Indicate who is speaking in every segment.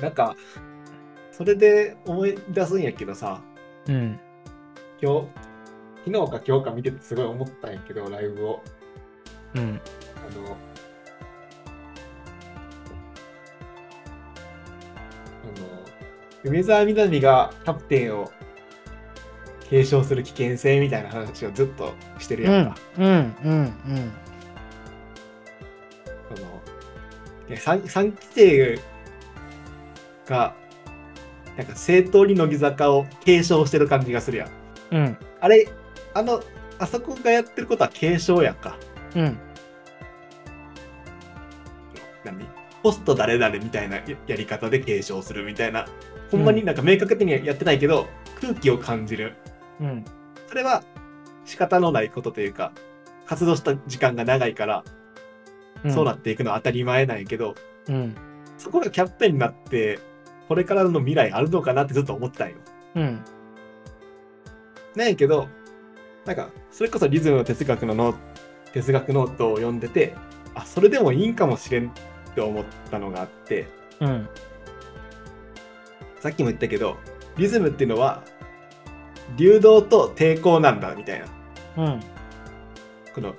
Speaker 1: なんか、それで思い出すんやけどさ、
Speaker 2: うん。
Speaker 1: 今日、昨日か今日か見ててすごい思ったんやけど、ライブを。
Speaker 2: うん。
Speaker 1: あの、あの、梅澤美波がキャプテンを継承する危険性みたいな話をずっとしてる
Speaker 2: う
Speaker 1: やん
Speaker 2: ん
Speaker 1: か。。
Speaker 2: うん。うん。
Speaker 1: そのいや 3, 3期生が、なんか正当に乃木坂を継承してる感じがするやん。
Speaker 2: うん。
Speaker 1: あれ、あの、あそこがやってることは継承やんか。
Speaker 2: うん。
Speaker 1: 何ポスト誰々みたいなややり方で継承するみたいな、ほんまになんか明確にはやってないけど、空気を感じる。
Speaker 2: うん。
Speaker 1: それは仕方のないことというか、活動した時間が長いから、
Speaker 2: うん。
Speaker 1: そうなっていくのは当たり前なんやけど、
Speaker 2: うん。
Speaker 1: そこがキャプテンになって、これからの未来あるのかなってずっと思ってたんよ。
Speaker 2: うん。
Speaker 1: なんやけど、なんか、それこそリズムの哲学のノー哲学ノートを読んでて、あ、それでもいいんかもしれんって思ったのがあって、
Speaker 2: うん。
Speaker 1: さっきも言ったけどリズムっていうのは流動と抵抗なんだみたいな
Speaker 2: うん。
Speaker 1: この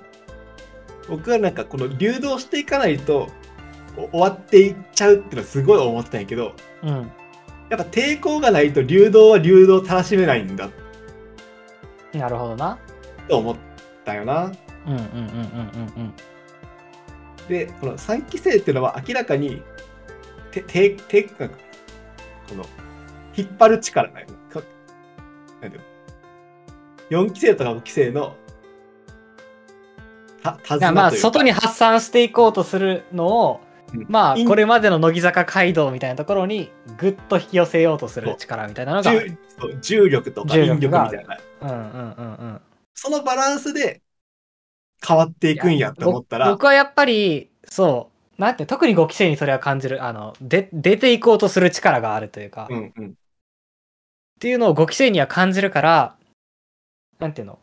Speaker 1: 僕はなんかこの流動していかないとお終わっていっちゃうっていうのはすごい思ってたんやけど
Speaker 2: うん。
Speaker 1: やっぱ抵抗がないと流動は流動を楽しめないんだ
Speaker 2: なるほどな。
Speaker 1: と思ったよな
Speaker 2: うん。うん。うん。うん。
Speaker 1: でこの3期生っていうのは明らかにてててなんかこの引っ張る力なんよかなんていうの4期生とか5期生のた手
Speaker 2: うん。
Speaker 1: 綱
Speaker 2: まあ、
Speaker 1: というか
Speaker 2: 外に発散していこうとするのを、まあ、これまでの乃木坂街道みたいなところに、ぐっと引き寄せようとする力みたいなのがある。
Speaker 1: 重そう重力とか
Speaker 2: 重
Speaker 1: 引
Speaker 2: 力
Speaker 1: 力み
Speaker 2: が
Speaker 1: たいな
Speaker 2: うん。うん。うん。うん。
Speaker 1: そのバランスで変わっていくんやって思った
Speaker 2: いや
Speaker 1: ら
Speaker 2: 僕はやっぱりそうなんて特に5期生にそれは感じるあので出ていこうとする力があるというか、
Speaker 1: う
Speaker 2: っ
Speaker 1: んうん
Speaker 2: ていうのを5期生には感じるからなんていうの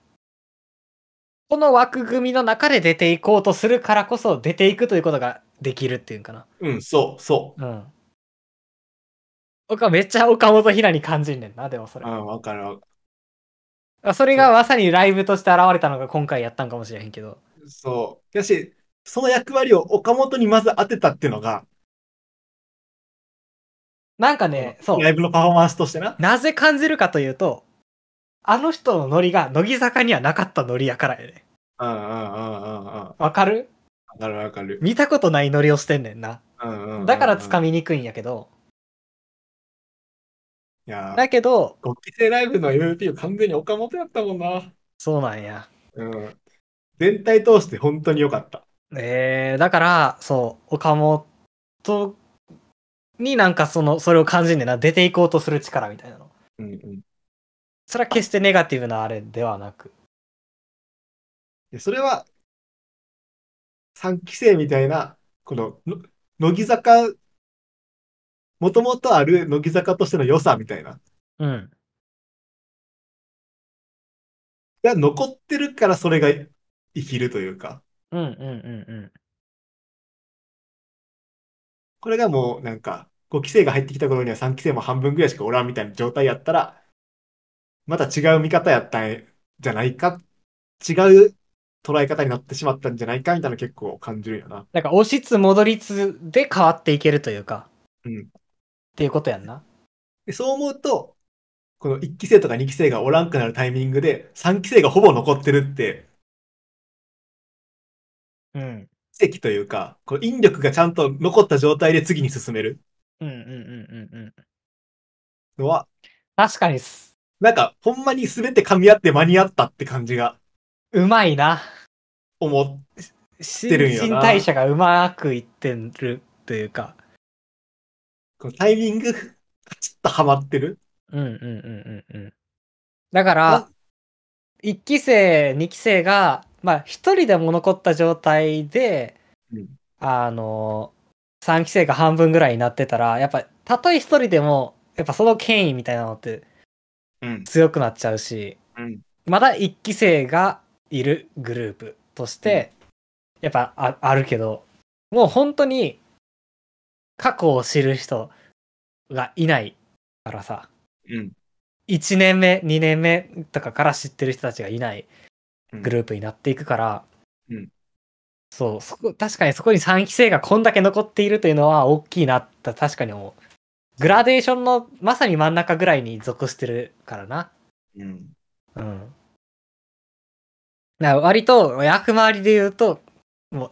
Speaker 2: この枠組みの中で出ていこうとするからこそ出ていくということができるっていうんかな
Speaker 1: うんそうそ
Speaker 2: うん僕はめっちゃ岡本ひなに感じんねんなでもそうれ
Speaker 1: うんわかるわか
Speaker 2: それがまさにライブとして現れたのが今回やったんかもしれへんけど
Speaker 1: るそうやしその役割を岡本にまず当てたっていうのが、
Speaker 2: なんかねそう
Speaker 1: ライブのパフォーマンスとしてな
Speaker 2: なぜ感じるかというと、あの人のノリが乃木坂にはなかったノリやからやね。
Speaker 1: うんうんうんうんうん。わ
Speaker 2: わかる
Speaker 1: かるわかる。
Speaker 2: 見たことないノリをしてんねんな。
Speaker 1: うんうんうんうん
Speaker 2: だから掴
Speaker 1: い
Speaker 2: みにくいんやけど。
Speaker 1: やー、
Speaker 2: だけど、
Speaker 1: 5期生ライブの MVP を完全に岡本やったもんな。
Speaker 2: そうなんや。
Speaker 1: うん。全体通して本当に良かった。
Speaker 2: えー、だから、そう、岡本になんかその、それを感じんねんな。出ていこうとする力みたいなの。
Speaker 1: うんうん
Speaker 2: それは決してネガティブなあれではなく。
Speaker 1: で。それは、3期生みたいな、この、の乃木坂、もともとある乃木坂としての良さみたいな、
Speaker 2: うん。
Speaker 1: が残ってるからそれが生きるというか、
Speaker 2: うんうんうん
Speaker 1: これがもうなんか、5期生が入ってきた頃には3期生も半分ぐらいしかおらんみたいな状態やったら、また違う見方やったんじゃないか、違う捉え方になってしまったんじゃないかみたいなの結構感じるよな。
Speaker 2: なんか押しつ戻りつで変わっていけるというか。
Speaker 1: うん
Speaker 2: っていうことやんな。
Speaker 1: でそう思うと、この1期生とか2期生がおらんくなるタイミングで、3期生がほぼ残ってるって、
Speaker 2: うん。
Speaker 1: 奇跡というか、この引力がちゃんと残った状態で次に進める
Speaker 2: うんうんうんうんうん。
Speaker 1: のは、
Speaker 2: 確かにす、
Speaker 1: なんか、ほんまに全て噛み合って間に合ったって感じが
Speaker 2: うまいな。
Speaker 1: 思っ
Speaker 2: 新
Speaker 1: てるんやな
Speaker 2: 陳代謝がうまくいってるというか。
Speaker 1: このタイミング、カチッとハマってる。
Speaker 2: うんうんうんうんうん。だから
Speaker 1: あ、
Speaker 2: 1期生、2期生が、まあ、1人でも残った状態で、
Speaker 1: うん
Speaker 2: あの、3期生が半分ぐらいになってたら、やっぱ、たとえ1人でも、やっぱその権威みたいなのって
Speaker 1: うん。
Speaker 2: 強くなっちゃうし、
Speaker 1: うん。
Speaker 2: まだ1期生がいるグループとして、やっぱああるけど、もう本当に過去を知る人、がいないからさ、
Speaker 1: うん。
Speaker 2: 1年目、2年目とかから知ってる人たちがいないグループになっていくから、
Speaker 1: うん
Speaker 2: そう、そこ、確かにそこに3期生がこんだけ残っているというのは大きいなって確かに思う。グラデーションのまさに真ん中ぐらいに属してるからな。
Speaker 1: うん。
Speaker 2: うん。だから割と役回りで言うと、もう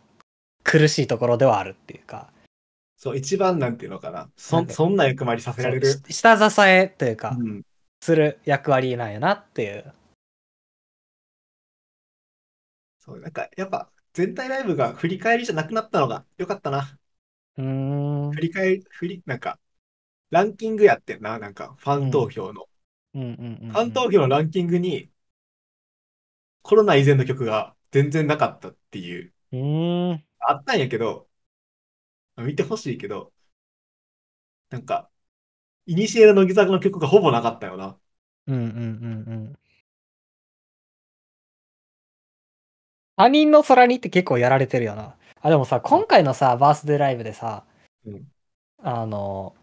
Speaker 2: 苦しいところではあるっていうか、
Speaker 1: そう、一番なんていうのかな。そ
Speaker 2: なん
Speaker 1: ん
Speaker 2: で
Speaker 1: そんな役回りさせられる
Speaker 2: そ。うし下支えというか、
Speaker 1: うん。
Speaker 2: する役割なんやなっていう。
Speaker 1: そう、なんか、やっぱ、全体ライブが振り返りじゃなくなったのが良かったな。
Speaker 2: うーん。
Speaker 1: 振り返り、振り、なんか、ランキングやってんな。なんか、ファン投票の。
Speaker 2: うんうんうん
Speaker 1: ファン投票のランキングに、コロナ以前の曲が全然なかったっていう、
Speaker 2: うーん。
Speaker 1: あったんやけど、見てほしいけど、なんか、イニシエの乃木坂の曲がほぼなかったよな。
Speaker 2: うんうんうんうん。他人の空にって結構やられてるよな。あ、でもさ、今回のさ、バースデーライブでさ、
Speaker 1: うん
Speaker 2: あの、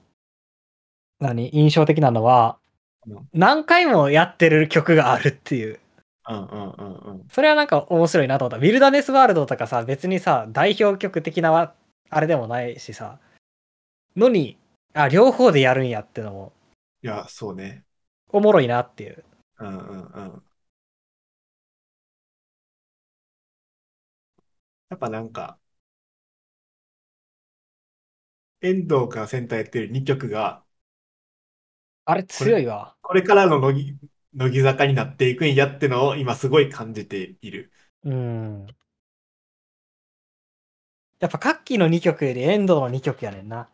Speaker 2: 何印象的なのは
Speaker 1: うん、
Speaker 2: 何回もやってる曲があるっていう。
Speaker 1: うんうんうんうん。
Speaker 2: それはなんか面白いなと思った。ウィルダネスワールドとかさ、別にさ、代表曲的なわあれでもないしさ、のに、あ、両方でやるんやってのも、
Speaker 1: いや、そうね。
Speaker 2: おもろいなっていう。
Speaker 1: うんうんうん。やっぱなんか、遠藤がセンターやってる2曲が、
Speaker 2: あれ強いわ。
Speaker 1: これからの乃木、乃木坂になっていくんやってのを今すごい感じている。
Speaker 2: うん。やっぱ、カッキーの2曲より遠藤の2曲やねんな。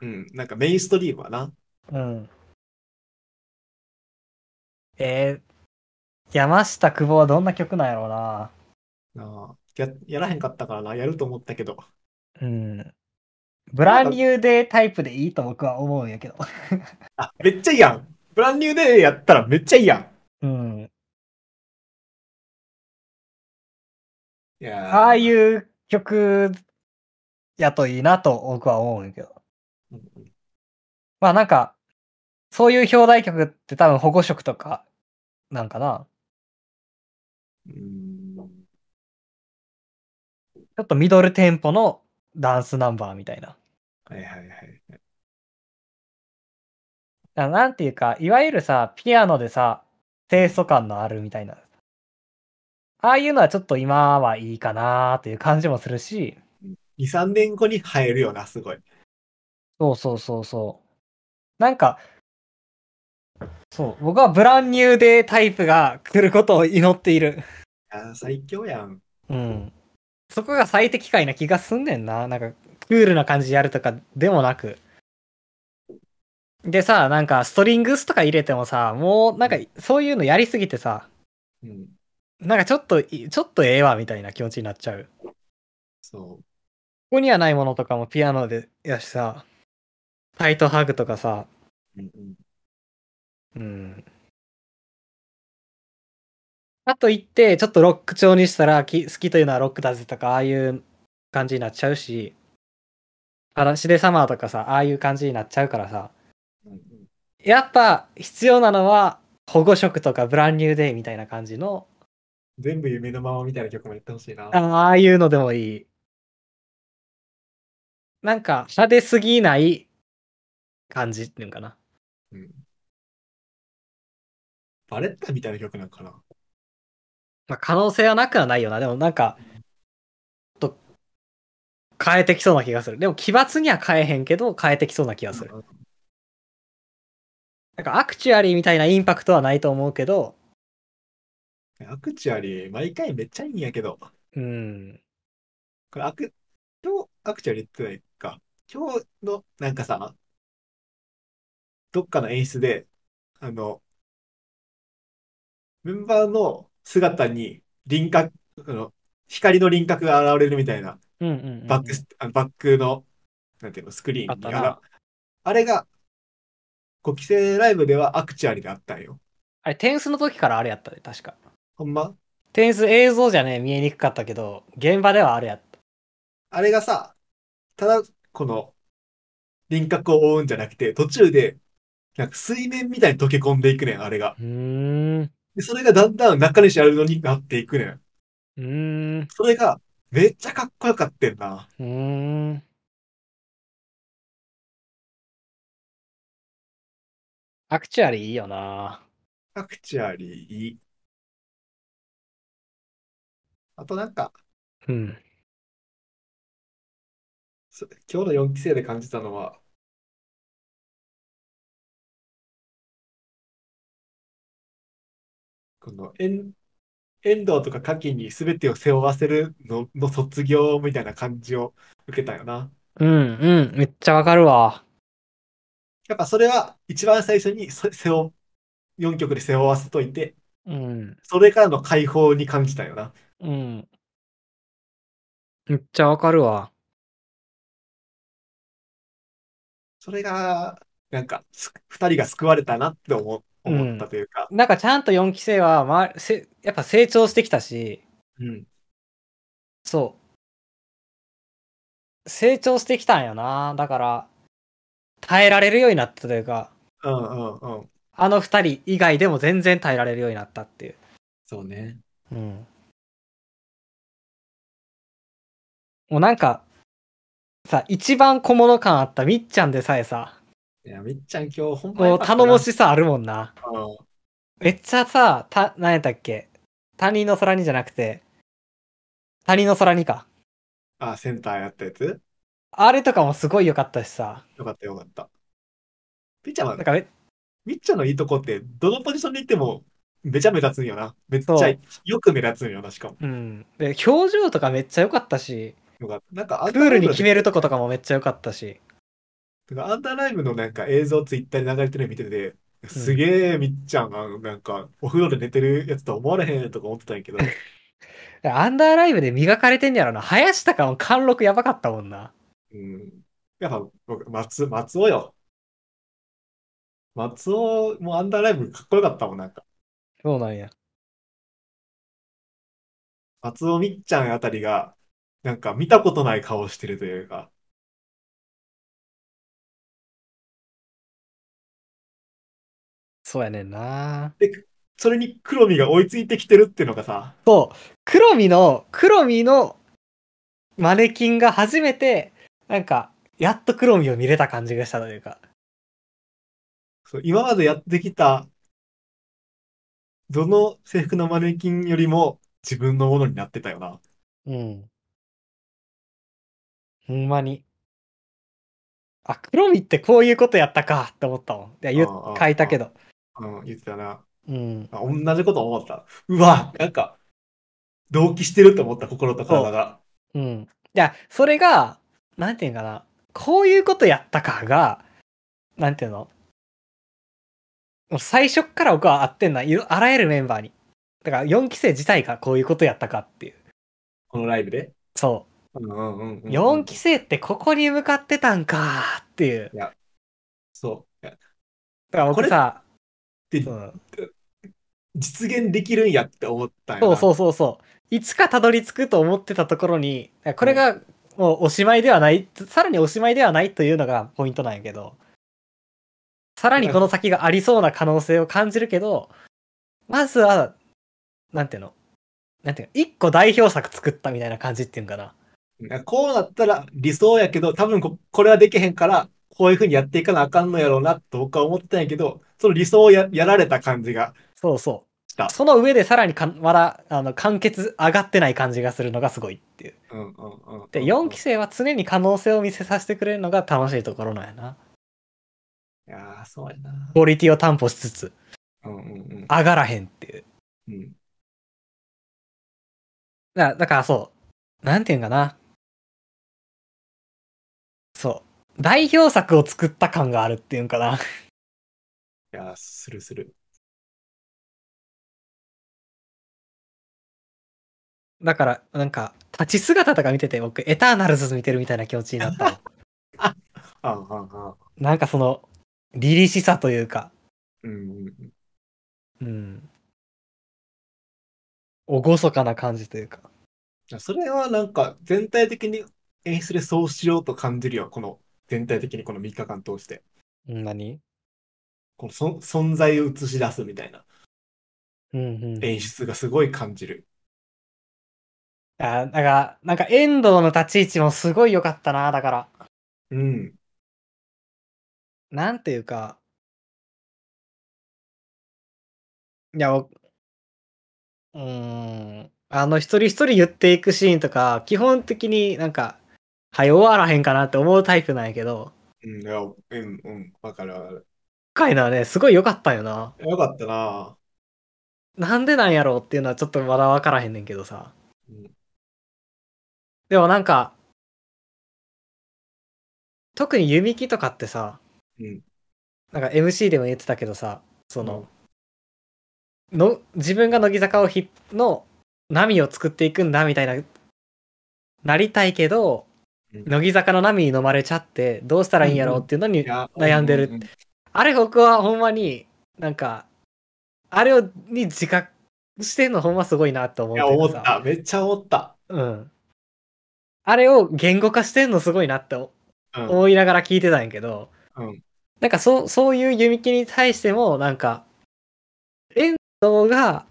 Speaker 1: うん。なんかメインストリームはな。
Speaker 2: うん。えー、山下久保はどんな曲なんやろうな。
Speaker 1: あーや、やらへんかったからな。やると思ったけど。
Speaker 2: うん。ブランニューデータイプでいいと僕は思うんやけど。
Speaker 1: あ、めっちゃいいやん。ブランニューデーやったらめっちゃいいやん。
Speaker 2: うん。
Speaker 1: いやー
Speaker 2: ああいう曲やといいなと僕は思うんやけど。
Speaker 1: うんうん
Speaker 2: まあなんか、そういう表題曲って多分保護色とか、なんかな。
Speaker 1: うん。
Speaker 2: ちょっとミドルテンポのダンスナンバーみたいな。
Speaker 1: はいはいはい。
Speaker 2: ななんていうか、いわゆるさ、ピアノでさ、清楚感のあるみたいな。ああいうのはちょっと今はいいかなという感じもするし、
Speaker 1: 2、3年後に生えるよな、すごい。
Speaker 2: そうそうそうそう。なんか、そう、僕はブランニューデータイプが来ることを祈っている。
Speaker 1: あー最強やん。
Speaker 2: うん。そこが最適解な気がすんねんな。なんか、クールな感じやるとかでもなく。でさ、なんか、ストリングスとか入れてもさ、もう、なんか、そういうのやりすぎてさ、
Speaker 1: うん。
Speaker 2: なんかちょっとい、ちょっとええわ、みたいな気持ちになっちゃう。こ
Speaker 1: そ
Speaker 2: こにはないものとかもピアノで、やしさ、タイトハグとかさ、
Speaker 1: う。うんうん。
Speaker 2: うん。あと言って、ちょっとロック調にしたら、き好きというのはロックだぜとか、ああいう感じになっちゃうし、あら、シデサマーとかさ、ああいう感じになっちゃうからさ、
Speaker 1: うんうん
Speaker 2: やっぱ必要なのは、保護色とかブランニューデイみたいな感じの、
Speaker 1: 全部夢のままみたいな曲もやってほしいな。
Speaker 2: ああいうのでもいい。なんか、派手すぎない感じっていうのかな。
Speaker 1: うんバレッタみたいな曲なんかな。
Speaker 2: まあ、可能性はなくはないよな。でもなんか、ちょっと、変えてきそうな気がする。でも奇抜には変えへんけど、変えてきそうな気がする。なんかアクチュアリーみたいなインパクトはないと思うけど、
Speaker 1: アクチュアリー、毎回めっちゃいいんやけど、
Speaker 2: うん。
Speaker 1: これアク、今日、アクチュアリーってないか、今日の、なんかさ、どっかの演出で、あの、メンバーの姿に輪郭、あの、光の輪郭が現れるみたいな、
Speaker 2: うんうんうんうん
Speaker 1: バックス、あのバックの、なんていうの、スクリーンに
Speaker 2: あった
Speaker 1: あ
Speaker 2: な
Speaker 1: らあれが、5期生ライブではアクチュアリーであったんよ。
Speaker 2: あれ、テンスの時からあれやったで、確か。
Speaker 1: ほんま
Speaker 2: テンス映像じゃね、見えにくかったけど、現場ではあれやった。
Speaker 1: あれがさ、ただ、この、輪郭を追うんじゃなくて、途中で、なんか水面みたいに溶け込んでいくねん、あれが。
Speaker 2: うーん。
Speaker 1: で、それがだんだん中西アルノになっていくねん。
Speaker 2: うーん。
Speaker 1: それが、めっちゃかっこよかってんな。
Speaker 2: うーん。アクチュアリーいいよな。
Speaker 1: アクチュアリーいい。あとなんか、
Speaker 2: うん。
Speaker 1: そ今日の4期生で感じたのは、この遠、遠藤とかカキに全てを背負わせるの、の卒業みたいな感じを受けたよな。
Speaker 2: うん、うん。めっちゃわかるわ。
Speaker 1: やっぱそれは一番最初にそ背負、4曲で背負わせといて、
Speaker 2: うん。
Speaker 1: それからの解放に感じたよな。
Speaker 2: うん。めっちゃわかるわ。
Speaker 1: それが、なんか、す二人が救われたなって思う、
Speaker 2: うん
Speaker 1: 思ったというか、
Speaker 2: なんかちゃんと4期生は、まあ、せやっぱ成長してきたし、
Speaker 1: うん。
Speaker 2: そう。成長してきたんよな。だから、耐えられるようになったというか、
Speaker 1: うんうんうん。
Speaker 2: あの二人以外でも全然耐えられるようになったっていう。
Speaker 1: そうね。
Speaker 2: うん。もうなんか、さ、一番小物感あったみっちゃんでさえさ、
Speaker 1: いや、みっちゃん今日ほんま
Speaker 2: こ
Speaker 1: よ
Speaker 2: う
Speaker 1: かったな
Speaker 2: 頼もしさあるもんな。
Speaker 1: うん
Speaker 2: めっちゃさ、た、何やったっけ他人の空にじゃなくて、他人の空にか。
Speaker 1: あ、センターやったやつ
Speaker 2: あれとかもすごい良かったしさ。
Speaker 1: よかったよかった。みっちゃんは
Speaker 2: なん、かめ
Speaker 1: みっちゃんのいいとこって、どのポジションに行っても、めちゃ目立つんよな。めっちゃ
Speaker 2: そう
Speaker 1: よく目立つんよな、しかも。
Speaker 2: うん。で、表情とかめっちゃ良かったし、
Speaker 1: よかった。なんか、アン
Speaker 2: プ
Speaker 1: ダ
Speaker 2: ー
Speaker 1: ーラ
Speaker 2: ル
Speaker 1: イブ
Speaker 2: に
Speaker 1: の
Speaker 2: 決めるとことかもめっちゃ良かったし。
Speaker 1: なんかアンダーライブのなんか映像ツイッターに流れてるの見てて、すげえみっちゃんがなんかお風呂で寝てるやつとは思われへんとか思ってたんやけ ど、
Speaker 2: でアンダーライブで磨かれてんねやろな。林とかも貫禄やばかったもんな。
Speaker 1: うん、やっぱ僕、松、松尾よ。松尾もアンダーライブかっこよかったもん、なんか。
Speaker 2: そうなんや。
Speaker 1: 松尾みっちゃんあたりが、なんか見たことない顔してるというか、
Speaker 2: そうやねんな。
Speaker 1: それに黒見が追いついてきてるっていうのがさ、
Speaker 2: そう。黒見の、黒見のマネキンが初めて、なんか、やっと黒見を見れた感じがしたというか。
Speaker 1: そう今までやってきた、どの制服のマネキンよりも自分のものになってたよな。
Speaker 2: うん。ほんまに。あ、黒見ってこういうことやったかって思ったもん。いや、言っ
Speaker 1: ああああ
Speaker 2: 書いたけど。
Speaker 1: うん、言ってたな。
Speaker 2: うん。
Speaker 1: あ同じこと思った。うわ、なんか、同期してると思った、心と体が。
Speaker 2: うん。いや、それが、なんていうんかな。こういうことやったかが、なんていうのもう最初っから僕は合ってんないろ。あらゆるメンバーに。だから4期生自体がこういうことやったかっていう。
Speaker 1: このライブで。
Speaker 2: そ
Speaker 1: うんうんうんうんうん
Speaker 2: う。4期生ってここに向かってたんかっていう。
Speaker 1: そう。っ
Speaker 2: だから僕さ、
Speaker 1: て
Speaker 2: うん
Speaker 1: 実現できるんやって思ったんや
Speaker 2: そう
Speaker 1: な。
Speaker 2: そうそうそう。いつかたどり着くと思ってたところに、これがもうおしまいではない、さらにおしまいではないというのがポイントなんやけど、さらにこの先がありそうな可能性を感じるけど、まずは、なんていうのなんていうの一個代表作作ったみたいな感じっていうんかな。
Speaker 1: なんかこうなったら理想やけど、多分こ、これはできへんから、こういうふうにやっていかなあかんのやろうなと僕は思ってたんやけど、その理想をや、やられた感じが
Speaker 2: そうそ
Speaker 1: した
Speaker 2: う。。その上でさらにかんまだ、あの、完結上がってない感じがするのがすごいっていう。
Speaker 1: うんうんうんうん。
Speaker 2: で、4期生は常に可能性を見せさせてくれるのが楽しいところなんやな。
Speaker 1: いやー、そうやな
Speaker 2: ク。オリティを担保しつつ。
Speaker 1: うんうんうん。
Speaker 2: 上がらへんっていう。
Speaker 1: うん。
Speaker 2: だだからそう。なんていうんかな。そう。代表作を作った感があるっていうんかな。
Speaker 1: いやー、するする。
Speaker 2: だから、なんか、立ち姿とか見てて、僕、エターナルズ見てるみたいな気持ちになったわ。
Speaker 1: あんあんあん。
Speaker 2: なんかその、凛々しさというか、
Speaker 1: うんうんうん。
Speaker 2: うん。おごそかな感じというか。
Speaker 1: いやそれはなんか全体的に演出でそうしようと感じるよ、この全体的にこの3日間通して、
Speaker 2: 何
Speaker 1: このそ存在を映し出すみたいな
Speaker 2: うんうん。
Speaker 1: 演出がすごい感じる。
Speaker 2: あ、だから、なんか遠藤の立ち位置もすごい良かったな、だから。
Speaker 1: うん。
Speaker 2: なんていうか。いや、僕うーん。あの、一人一人言っていくシーンとか、基本的になんか、はい、終わらへんかなって思うタイプなんやけど、
Speaker 1: うん、いや、うん、うん、わかるわかる。
Speaker 2: 今回のはね、すごい良かったよな。
Speaker 1: よかったな
Speaker 2: なんでなんやろうっていうのはちょっとまだ分からへんねんけどさ。
Speaker 1: うん
Speaker 2: でもなんか、特に弓木とかってさ、
Speaker 1: うん
Speaker 2: なんか MC でも言ってたけどさ、その、の自分が乃木坂をひの波を作っていくんだみたいな、なりたいけど、
Speaker 1: うん
Speaker 2: 乃木坂の波に飲まれちゃって、どうしたらいいんやろうっていうのに、
Speaker 1: いや
Speaker 2: 悩んでる
Speaker 1: うう
Speaker 2: あれ僕はほんまに、なんか、あれをに自覚してんのほんますごいなと思
Speaker 1: い
Speaker 2: っ
Speaker 1: や、
Speaker 2: てて
Speaker 1: 思っ
Speaker 2: さ
Speaker 1: た。めっちゃ思った。
Speaker 2: うん。あれを言語化してんのすごいなって
Speaker 1: うん。
Speaker 2: 思いながら聞いてたんやけど、
Speaker 1: うん
Speaker 2: なんかそう、そういう弓木に対しても、なんか、遠藤が、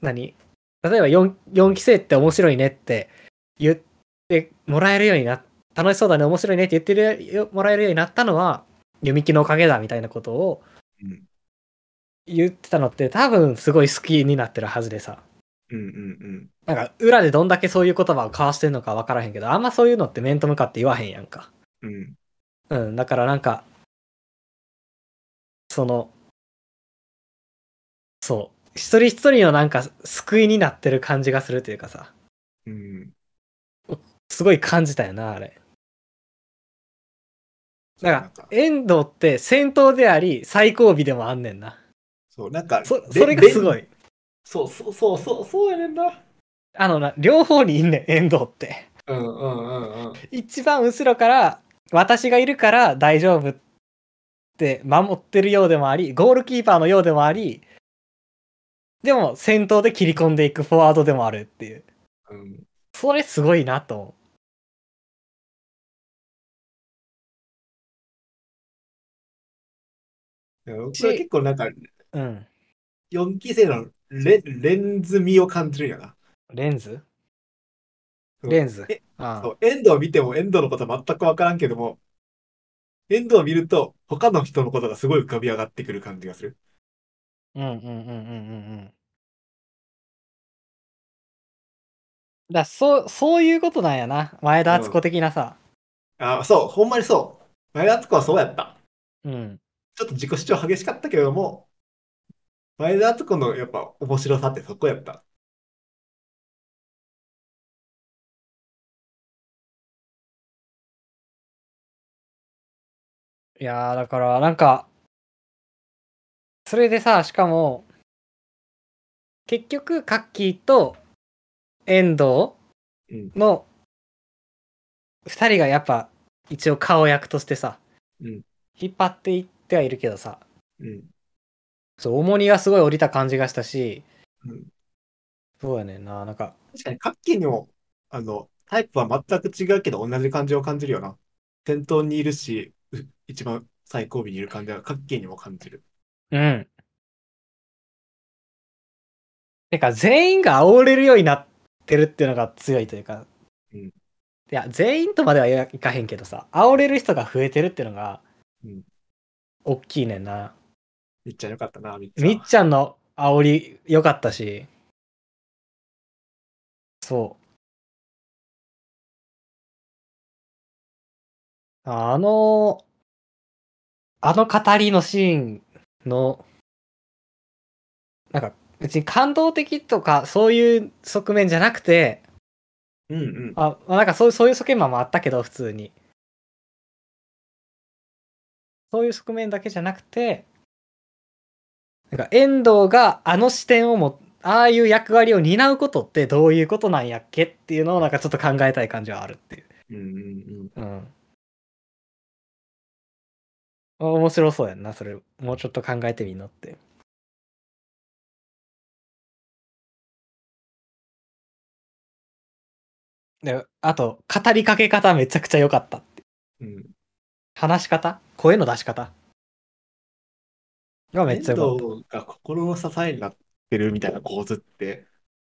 Speaker 2: 何例えば 4, 4期生って面白いねって言ってもらえるようにな楽しそうだね、面白いねって言ってるよもらえるようになったのは、弓木のおかげだみたいなことを
Speaker 1: うん
Speaker 2: 言ってたのって、多分すごい好きになってるはずでさ。
Speaker 1: うんうん
Speaker 2: なんか裏でどんだけそういう言葉を交わしてんのか分からへんけどあんまそういうのって面と向かって言わへんやんか。
Speaker 1: うん。うん。
Speaker 2: うん、だからなんかそのそう一人一人のなんか救いになってる感じがするというかさ
Speaker 1: うん。
Speaker 2: すごい感じたよなあれ。だ
Speaker 1: なん
Speaker 2: か
Speaker 1: から
Speaker 2: 遠藤って先頭であり最後尾でもあんねんな。
Speaker 1: そう、なんか、
Speaker 2: そ
Speaker 1: で
Speaker 2: それがすご。
Speaker 1: で
Speaker 2: い。
Speaker 1: そうそうそうそう、そうやねんな。
Speaker 2: あのな両方にいんねん遠藤って。
Speaker 1: うんうんうんうん。
Speaker 2: 一番後ろから私がいるから大丈夫って守ってるようでもありゴールキーパーのようでもありでも先頭で切り込んでいくフォワードでもあるっていう
Speaker 1: うん、
Speaker 2: それすごいなと思
Speaker 1: いや僕は結構なんか、
Speaker 2: ううん
Speaker 1: 4期生のレレンズ味を感じるんやな。
Speaker 2: レンズ
Speaker 1: そう
Speaker 2: レンズ
Speaker 1: え
Speaker 2: あ
Speaker 1: そうエンドを見てもエンドのこと全く分からんけども、エンドを見ると他の人のことがすごい浮かび上がってくる感じがする。
Speaker 2: うんうんうんうんうんうんだそうそういうことなんやな前田敦子的なさ
Speaker 1: あそう、ほんまにそう。前田敦子はそうやった。
Speaker 2: うん
Speaker 1: ちょっと自己主張激しかったけれども、前田敦子のやっぱ面白さってそこやった。
Speaker 2: いやーだからなんかそれでさしかも結局カッキーと遠藤
Speaker 1: うん
Speaker 2: の2人がやっぱ一応顔役としてさ、
Speaker 1: うん
Speaker 2: 引っ張っていってはいるけどさ
Speaker 1: うん。
Speaker 2: そう重荷がすごい降りた感じがしたし、
Speaker 1: うん
Speaker 2: そうやねんななんか
Speaker 1: 確かに、カッキーにも、あの、タイプは全く違うけど、同じ感じを感じるよな。先頭にいるし、う一番最後尾にいる感じは、カッキーにも感じる。
Speaker 2: うん。てか、全員が煽れるようになってるっていうのが強いというか、
Speaker 1: うん
Speaker 2: いや、全員とまではいかへんけどさ、煽れる人が増えてるっていうのが
Speaker 1: うん、
Speaker 2: 大きいねんな。
Speaker 1: みっちゃんよかったな、みっちゃん。
Speaker 2: みっちゃんの煽り良かったし、そう。ああの、あの語りのシーンの、なんか別に感動的とかそういう側面じゃなくて、
Speaker 1: うんうん。
Speaker 2: あ、まあ、なんかそうそういう側面もあったけど、普通に。そういう側面だけじゃなくて、なんか遠藤があの視点をも、ああいう役割を担うことってどういうことなんやっけっていうのをなんかちょっと考えたい感じはあるっていう。
Speaker 1: うんうんうん。
Speaker 2: うん。面白そうやんな、それ。もうちょっと考えてみんのって。で、あと、語りかけ方めちゃくちゃ良かった。
Speaker 1: うん
Speaker 2: 話し方声の出し方がめっちゃ良か
Speaker 1: 剣
Speaker 2: っ
Speaker 1: 道が心の支えになってるみたいな構図って、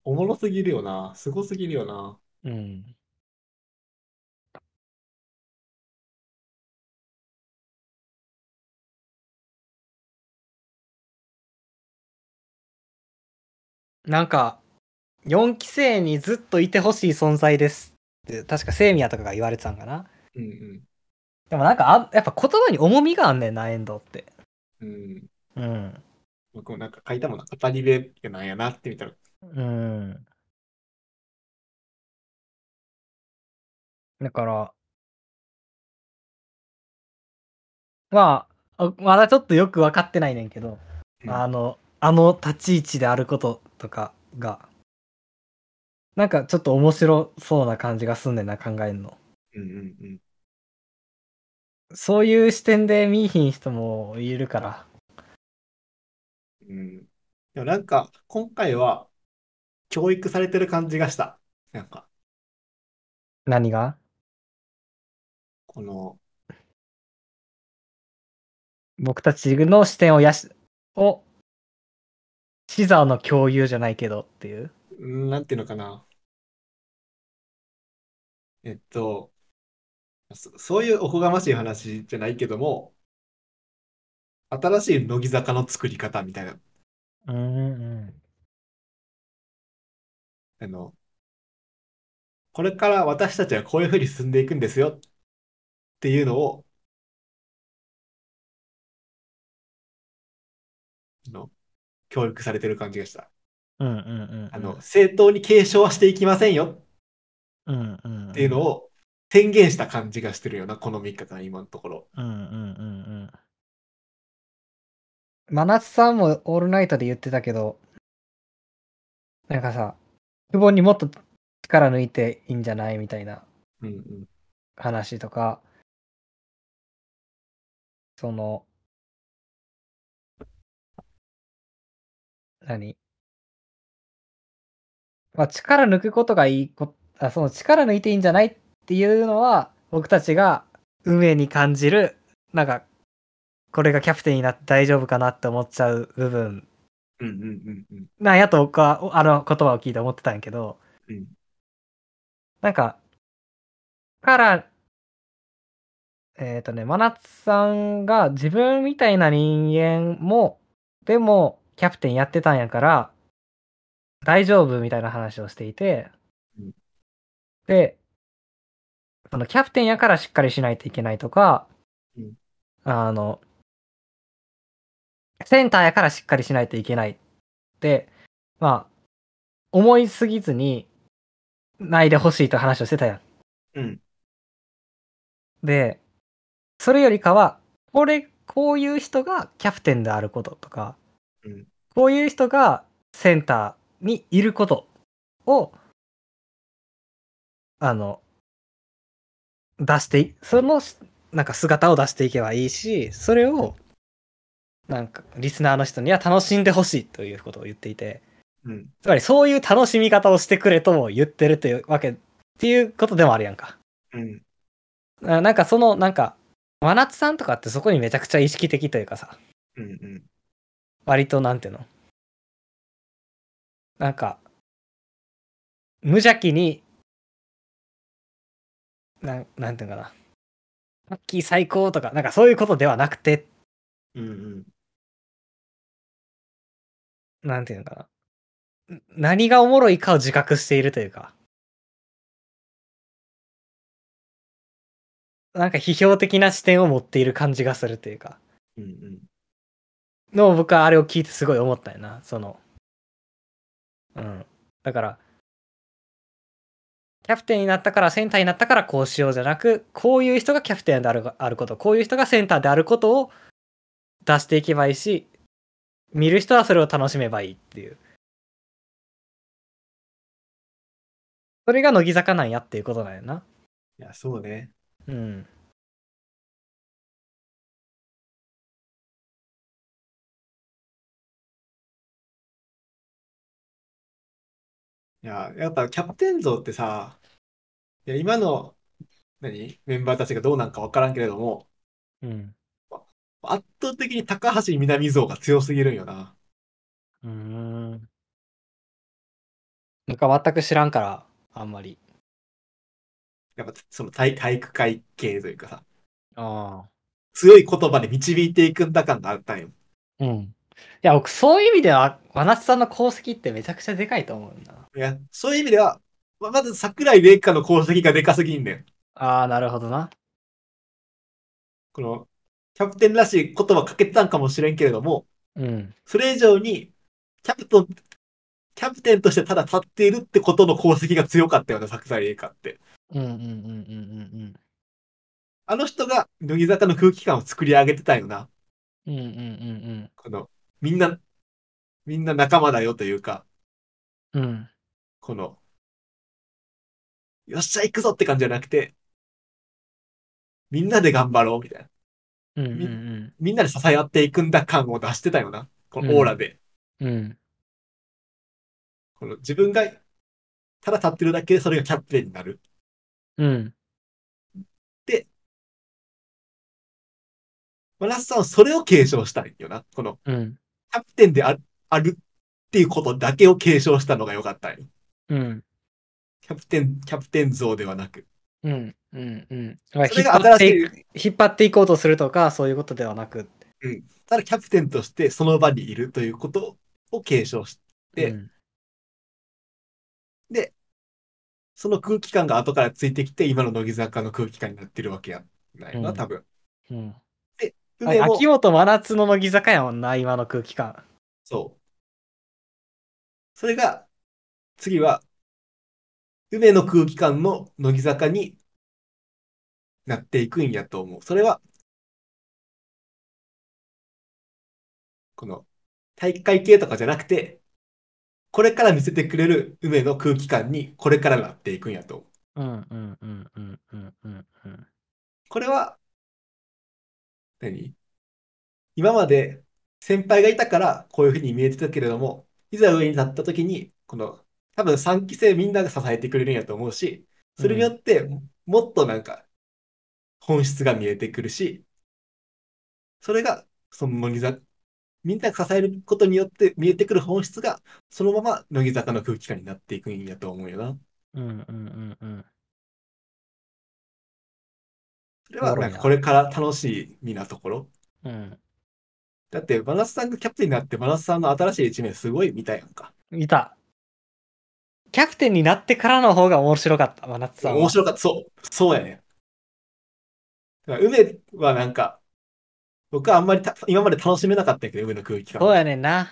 Speaker 1: おもろすぎるよな。すごすぎるよな。
Speaker 2: た。うん。なんか、4期生にずっといてほしい存在ですって、確かセイミヤとかが言われてたんかな。
Speaker 1: うん
Speaker 2: でもなんかあ、やっぱ言葉に重みがあんねんな、遠藤って。
Speaker 1: うん。うん。
Speaker 2: うん。
Speaker 1: 僕もなんか書いたもの、語り部ってなんやなってみたら、
Speaker 2: うん。だから、まあ、あまだちょっとよく分かってないねんけど、
Speaker 1: うん
Speaker 2: あの、あの立ち位置であることとかが、なんかちょっと面白そうな感じがすんねんな、考えるの。
Speaker 1: うんうんうん。
Speaker 2: そういう視点で見いひん人もいるから。
Speaker 1: うん。でもなんか、今回は、教育されてる感じがした。なんか、
Speaker 2: 何が
Speaker 1: この、
Speaker 2: 僕たちの視点をやし、を、死座の共有じゃないけどっていう。
Speaker 1: うんなんていうのかな。えっと、そ、そういうおこがましい話じゃないけども、新しい乃木坂の作り方みたいな、
Speaker 2: うんうん。
Speaker 1: あの、これから私たちはこういうふうに進んでいくんですよっていうのを、あの、教育されてる感じがした。
Speaker 2: うんうんうんうん。
Speaker 1: あの、正当に継承はしていきませんよ
Speaker 2: うんうんうん、
Speaker 1: っていうのを宣言した感じがしてるよな、この3日間、今のところ。
Speaker 2: うんうんうんうん。真夏さんもオールナイトで言ってたけど、なんかさ、久保にもっと力抜いていいんじゃないみたいな
Speaker 1: うんうん。
Speaker 2: 話とか、その、何まあ、力抜くことがいいこあ、その力抜いていいんじゃないっていうのは、僕たちが運営に感じる、なんか、これがキャプテンになって大丈夫かなって思っちゃう部分
Speaker 1: うんうんうんうん。
Speaker 2: なんやと僕はおあの言葉を聞いて思ってたんやけど、
Speaker 1: うん
Speaker 2: なんか、から、えっ、とね、真夏さんが自分みたいな人間も、でも、キャプテンやってたんやから、大丈夫みたいな話をしていて
Speaker 1: うん、
Speaker 2: で、そのキャプテンやからしっかりしないといけないとか
Speaker 1: うん、
Speaker 2: あの、センターやからしっかりしないといけないって、まあ、思いすぎずに、ないでほしいと話をしてたやん。
Speaker 1: うん。
Speaker 2: で、それよりかは、これ、こういう人がキャプテンであることとか、
Speaker 1: うん
Speaker 2: こういう人がセンターにいることを、あの、出してい、その、なんか姿を出していけばいいし、それを、なんか、リスナーの人には楽しんでほしいということを言っていて、
Speaker 1: うん。
Speaker 2: つまりそういう楽しみ方をしてくれとも言ってるというわけ、っていうことでもあるやんか。
Speaker 1: うん。
Speaker 2: あなんかその、なんか、真夏さんとかってそこにめちゃくちゃ意識的というかさ、
Speaker 1: うん。うん。
Speaker 2: 割となんていうのなんか、無邪気に、なん、なんていうのかな。ラッキー最高とか、なんかそういうことではなくて
Speaker 1: うん。うん。
Speaker 2: なんていうのかな。ん何がおもろいかを自覚しているというか。なんか批評的な視点を持っている感じがするというか。
Speaker 1: うん。うん。
Speaker 2: のを僕はあれを聞いてすごい思ったよな。その。うん。だから、キャプテンになったからセンターになったからこうしようじゃなく、こういう人がキャプテンであるあること、こういう人がセンターであることを出していけばいいし、見る人はそれを楽しめばいいっていう。それが乃木坂なんやっていうことなんやな。
Speaker 1: いや、そうね。
Speaker 2: うん。
Speaker 1: いや、やっぱキャプテン像ってさ、いや、今の、何メンバーたちがどうなんかわからんけれども、
Speaker 2: うん。
Speaker 1: 圧倒的に高橋みなみ像が強すぎるんよな。
Speaker 2: うん。なんか全く知らんから、あんまり。
Speaker 1: やっぱその体体育会系というかさ、
Speaker 2: ああ。
Speaker 1: 強い言葉で導いていくんだ感があったんよ。
Speaker 2: うん。いや、僕、そういう意味では、真夏さんの功績ってめちゃくちゃでかいと思うんだな。
Speaker 1: いや、そういう意味では、ままず桜井玲香の功績がでかすぎんねん。
Speaker 2: ああ、なるほどな。
Speaker 1: この、キャプテンらしい言葉かけてたんかもしれんけれども、
Speaker 2: うん。
Speaker 1: それ以上に、キャプトン、キャプテンとしてただ立っているってことの功績が強かったよね、桜井玲香って。
Speaker 2: うんうんうんうん
Speaker 1: あの人が乃木坂の空気感を作り上げてたよな。
Speaker 2: うんうん。うんうん
Speaker 1: この、みんな、みんな仲間だよというか、
Speaker 2: うんうん。うん。
Speaker 1: この、よっしゃ行くぞって感じじゃなくて、みんなで頑張ろうみたいな。
Speaker 2: うんうん
Speaker 1: みんなで支え合っていくんだ感を出してたよな。このオーラで。
Speaker 2: うん。うん。
Speaker 1: この自分が、ただ立ってるだけでそれがキャプテンになる。
Speaker 2: うん。
Speaker 1: マラスさんはそれを継承したいよな。この、
Speaker 2: うん。
Speaker 1: キャプテンである、あるっていうことだけを継承したのが良かったんよ
Speaker 2: うん。
Speaker 1: キャプテン、キャプテン像ではなく。
Speaker 2: うん。うん。うん。
Speaker 1: それが新しい。
Speaker 2: 引っ張っていこうとするとか、そういうことではなく。
Speaker 1: ただキャプテンとしてその場にいるということを継承し、で
Speaker 2: うん、
Speaker 1: その空気感が後からついてきて、今の乃木坂の空気感になってるわけやないな、
Speaker 2: うん
Speaker 1: 多分。
Speaker 2: うん。
Speaker 1: 梅も
Speaker 2: 秋元真夏の乃木坂やもんな、今の空気感。
Speaker 1: そう。それが、次は、梅の空気感の乃木坂になっていくんやと思う。それは、この、体育会系とかじゃなくて、これから見せてくれる梅の空気感にこれからなっていくんやと思う。
Speaker 2: うんうんうんうんうんうんうん。
Speaker 1: これは、何今まで先輩がいたからこういうふうに見えてたけれども、いざ上に立った時に、この、多分3期生みんなが支えてくれるんやと思うし、それによってもっとなんか本質が見えてくるし、それがその乃木坂、みんなが支えることによって見えてくる本質が、そのまま乃木坂の空気感になっていくんやと思うよな。
Speaker 2: うんうんうんうん。
Speaker 1: それはなん
Speaker 2: なるほ
Speaker 1: か
Speaker 2: ど
Speaker 1: これから楽しみなところ。
Speaker 2: うん。
Speaker 1: だって、バナスさんがキャプテンになって、バナスさんの新しい一面すごい見たやんか。
Speaker 2: いた。キャプテンになってからの方が面白かった、真夏さんは。
Speaker 1: 面白かった。そう。そうやね。だから梅はなんか、僕はあんまりた今まで楽しめなかったんやけど、梅の空気感。
Speaker 2: そうやねんな。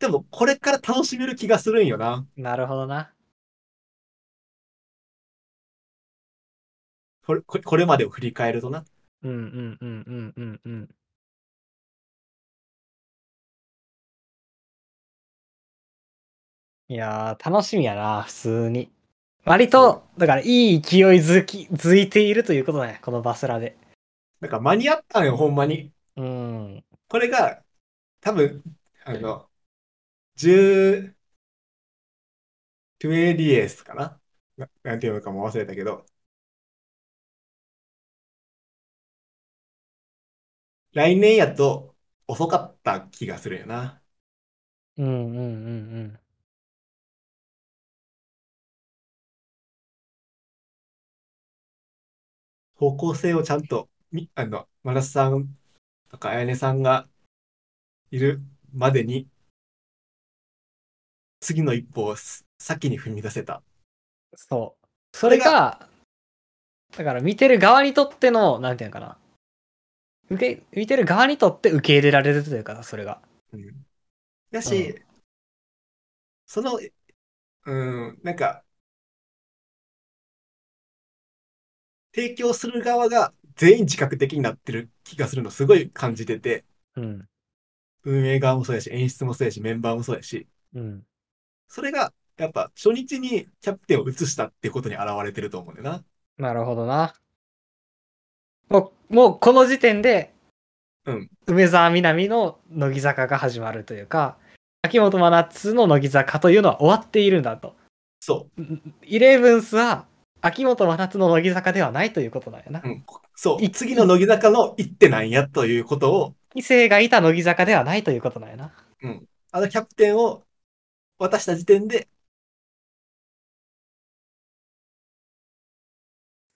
Speaker 1: でも、これから楽しめる気がするんよな。
Speaker 2: なるほどな。
Speaker 1: これ、これこれまでを振り返るとな。
Speaker 2: うんうんうんうんうんうん。いやー、楽しみやな、普通に。割と、だから、いい勢いづき、づいているということだね、このバスラで。
Speaker 1: なんか間に合ったんよ、ほんまに。
Speaker 2: うん。
Speaker 1: これが、多分、あの、10、20エースかなななんていうのかも忘れたけど、来年やと遅かった気がするよな。
Speaker 2: うんうんうん
Speaker 1: 方向性をちゃんと、み、あの、マラスさんとか、あやねさんがいるまでに、次の一歩をす先に踏み出せた。
Speaker 2: そう。それが、だから見てる側にとっての、なんていうのかな。受け、見てる側にとって受け入れられるというか、それが。
Speaker 1: うんだし、
Speaker 2: う
Speaker 1: その、えうん、なんか、提供する側が全員自覚的になってる気がするのすごい感じてて、
Speaker 2: うん。
Speaker 1: 運営側もそうやし、演出もそうやし、メンバーもそうやし、
Speaker 2: うん。
Speaker 1: それが、やっぱ初日にキャプテンを移したってことに表れてると思うんだよな。
Speaker 2: なるほどな。もう、もうこの時点で、
Speaker 1: うん
Speaker 2: 梅沢みなみの乃木坂が始まるというか、秋元真夏の乃木坂というのは終わっているんだと。
Speaker 1: そ
Speaker 2: イレブンスは秋元真夏の乃木坂ではないということなんやな
Speaker 1: う。ん、そう、次の乃木坂の一手なんやということを、
Speaker 2: 異性がいた乃木坂ではないということなんやな。
Speaker 1: あのキャプテンを渡した時点で、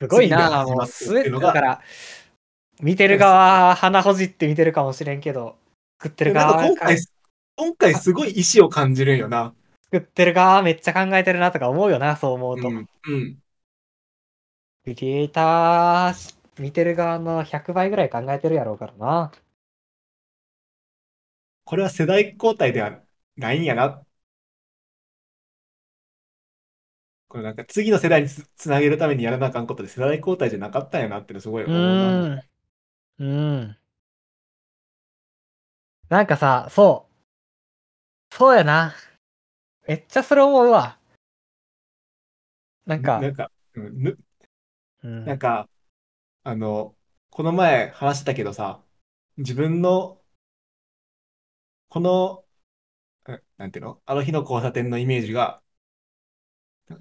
Speaker 2: すごい
Speaker 1: 次が
Speaker 2: な、
Speaker 1: 始
Speaker 2: も
Speaker 1: ま
Speaker 2: う
Speaker 1: ってるって
Speaker 2: 末
Speaker 1: いうの
Speaker 2: だ
Speaker 1: が
Speaker 2: から、見てる側、鼻ほじって見てるかもしれんけど、作ってる
Speaker 1: なんか
Speaker 2: 側
Speaker 1: 今、回、今回すごい意志を感じるんよな。
Speaker 2: 作ってる側めっちゃ考えてるなとか思うよな、そう思
Speaker 1: う
Speaker 2: うと。
Speaker 1: ん。うん。
Speaker 2: クリエイター、見てる側の100倍ぐらい考えてるやろうからな。
Speaker 1: これは世代交代ではないんやな。これなんか次の世代につ、つなげるためにやらなあかんことで世代交代じゃなかったんやなってのすごい思うな。
Speaker 2: ん。うん。なんかさ、そう。そうやな。めっちゃそれ思うわ。なんか、
Speaker 1: なんか、うんぬ
Speaker 2: うん
Speaker 1: なんか、あの、この前話したけどさ、自分の、この、えなんていうのあの日の交差点のイメージが、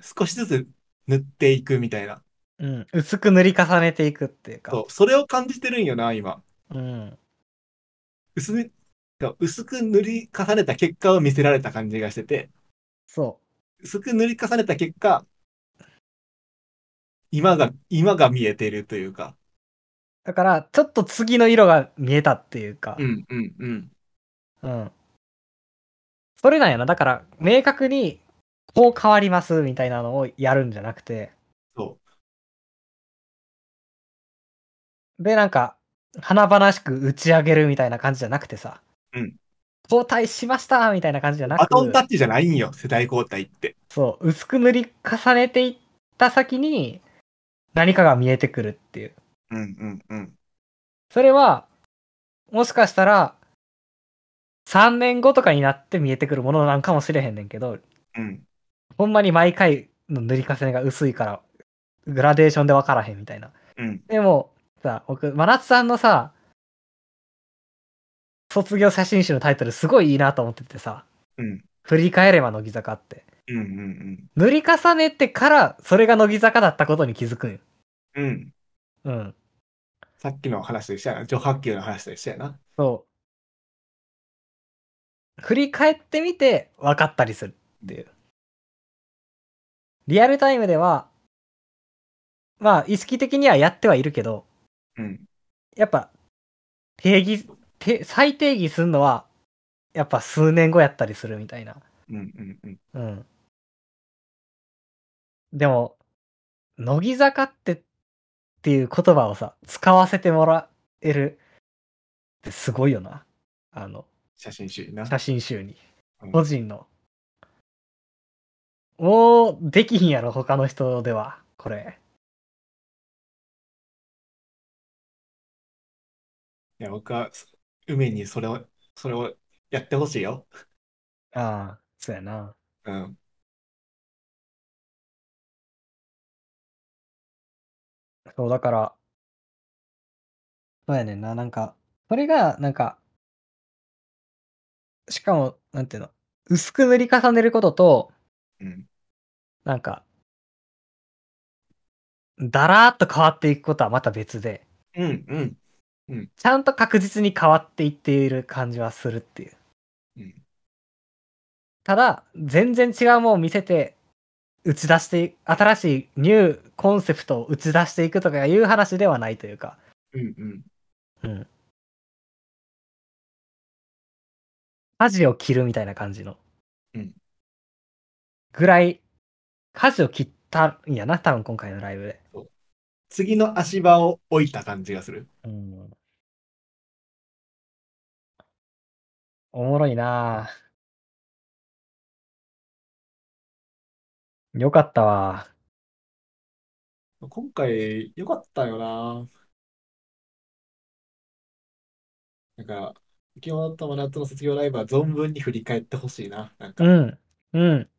Speaker 1: 少しずつ塗っていくみたいな。
Speaker 2: うん、薄く塗り重ねていくっていうか。
Speaker 1: そう、それを感じてるんよな、今。
Speaker 2: うん。
Speaker 1: 薄ね薄く塗り重ねた結果を見せられた感じがしてて、
Speaker 2: そ
Speaker 1: 薄く塗り重ねた結果、今が、今が見えてるというか。
Speaker 2: う。だから、ちょっと次の色が見えたっていうか。
Speaker 1: ん、うん、うん。
Speaker 2: うん。それなんやな。だから、明確に、こう変わりますみたいなのをやるんじゃなくて、
Speaker 1: そ
Speaker 2: で、なんか、華々しく打ち上げるみたいな感じじゃなくてさ、
Speaker 1: うん。
Speaker 2: 交代しましたみたいな感じじゃ
Speaker 1: う。
Speaker 2: な
Speaker 1: バ
Speaker 2: く
Speaker 1: トンタッチじゃないんよ、世代交代って。
Speaker 2: そう、薄く塗り重ねていった先に、何かが見えてくるっていう。
Speaker 1: うんうんうん。
Speaker 2: それは、もしかしたら、3年後とかになって見えてくるものなんかもしれへんねんけど、
Speaker 1: うん。
Speaker 2: ほんまに毎回の塗り重ねが薄いから、グラデーションで分からへんみたいな。
Speaker 1: うん。
Speaker 2: でも、さ、僕、真夏さんのさ、卒業写真集のタイトルすごいいいなと思っててさ、
Speaker 1: うん。
Speaker 2: 振り返れば乃木坂って。
Speaker 1: うんうん
Speaker 2: 塗り重ねてから、それが乃木坂だったことに気づくんよ。
Speaker 1: うん。うん。
Speaker 2: うん。
Speaker 1: さっきの話と一緒やな。女白球の話と一緒やな。
Speaker 2: そう。振り返ってみて分かったりするっていう。リアルタイムでは、まあ意識的にはやってはいるけど、
Speaker 1: うん。
Speaker 2: やっぱ定義、て再定義するのは、やっぱ数年後やったりするみたいな。
Speaker 1: うんうんうん。
Speaker 2: うん。でも、乃木坂ってっていう言葉をさ、使わせてもらえるってすごいよな。あの、
Speaker 1: 写真集な。
Speaker 2: 写真集に
Speaker 1: うん
Speaker 2: 個人の、もうできひんやろ他の人ではこれ
Speaker 1: いや、僕は、梅にそれを、それをやってほしいよ。
Speaker 2: ああそうやな
Speaker 1: うん。
Speaker 2: そうだからそうやねんななんかそれがなんかしかもなんていうの薄く塗り重ねることと
Speaker 1: うん。
Speaker 2: なんかだらーっと変わっていくことはまた別で
Speaker 1: うんうん。
Speaker 2: ちゃんと確実に変わっていっている感じはするっていう
Speaker 1: うん。
Speaker 2: ただ全然違うものを見せて打ち出してい新しいニューコンセプトを打ち出していくとかいう話ではないというか
Speaker 1: うんうん。
Speaker 2: 舵を切るみたいな感じの、
Speaker 1: うん
Speaker 2: ぐらい舵を切ったんやな多分今回のライブで、
Speaker 1: 次の足場を置いた感じがする。
Speaker 2: おもろいなぁよかったわ
Speaker 1: 今回、良かったよな。なんか、秋元真夏の卒業ライブは存分に振り返ってほしいな。なんか
Speaker 2: う、んうん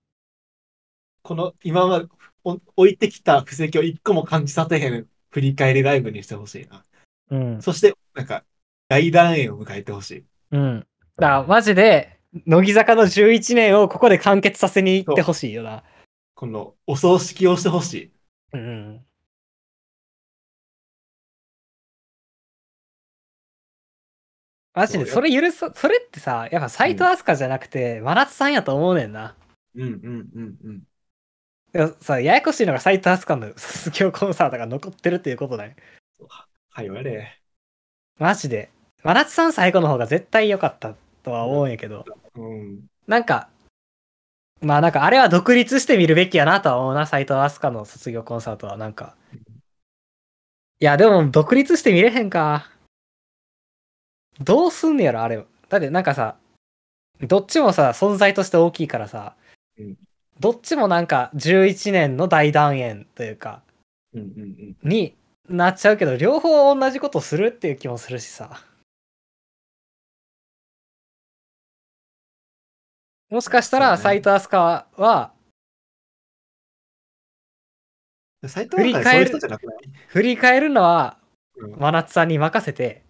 Speaker 1: この今までお置いてきた布石を一個も感じさせへん振り返りライブにしてほしいな。
Speaker 2: うん
Speaker 1: そして、なんか、大団円を迎えてほしい。
Speaker 2: うん。だからマジで、乃木坂の11年をここで完結させに行ってほしいよな。
Speaker 1: この、お葬式をしてほしい。
Speaker 2: うん。マジで、そ
Speaker 1: そう
Speaker 2: れ許さ、それってさ、やっぱ斎藤飛鳥じゃなくて、真夏さんやと思うねんな。
Speaker 1: うんうんうんうん。
Speaker 2: でもさ、ややこしいのが斎藤飛鳥の 卒業コンサートが残ってるっていうことだね。
Speaker 1: はい、あれ。
Speaker 2: マジで。真夏さん最後の方が絶対良かったとは思うんやけど、
Speaker 1: うん。
Speaker 2: なんか、まあなんかあれは独立して見るべきやなとは思うな、斎藤飛鳥の卒業コンサートはなんか。いや、でも独立して見れへんか。どうすんねやろ、あれ。だってなんかさ、どっちもさ、存在として大きいからさ
Speaker 1: うん、
Speaker 2: どっちもなんか11年の大団円というか、
Speaker 1: うんうんうん。
Speaker 2: になっちゃうけど、両方同じことするっていう気もするしさ。もしかしたら、
Speaker 1: そうね
Speaker 2: 斎藤飛鳥は、
Speaker 1: 斎藤なんかねそういう人じゃなくない
Speaker 2: 振り返るのは
Speaker 1: うん、
Speaker 2: 真夏さんに任せて、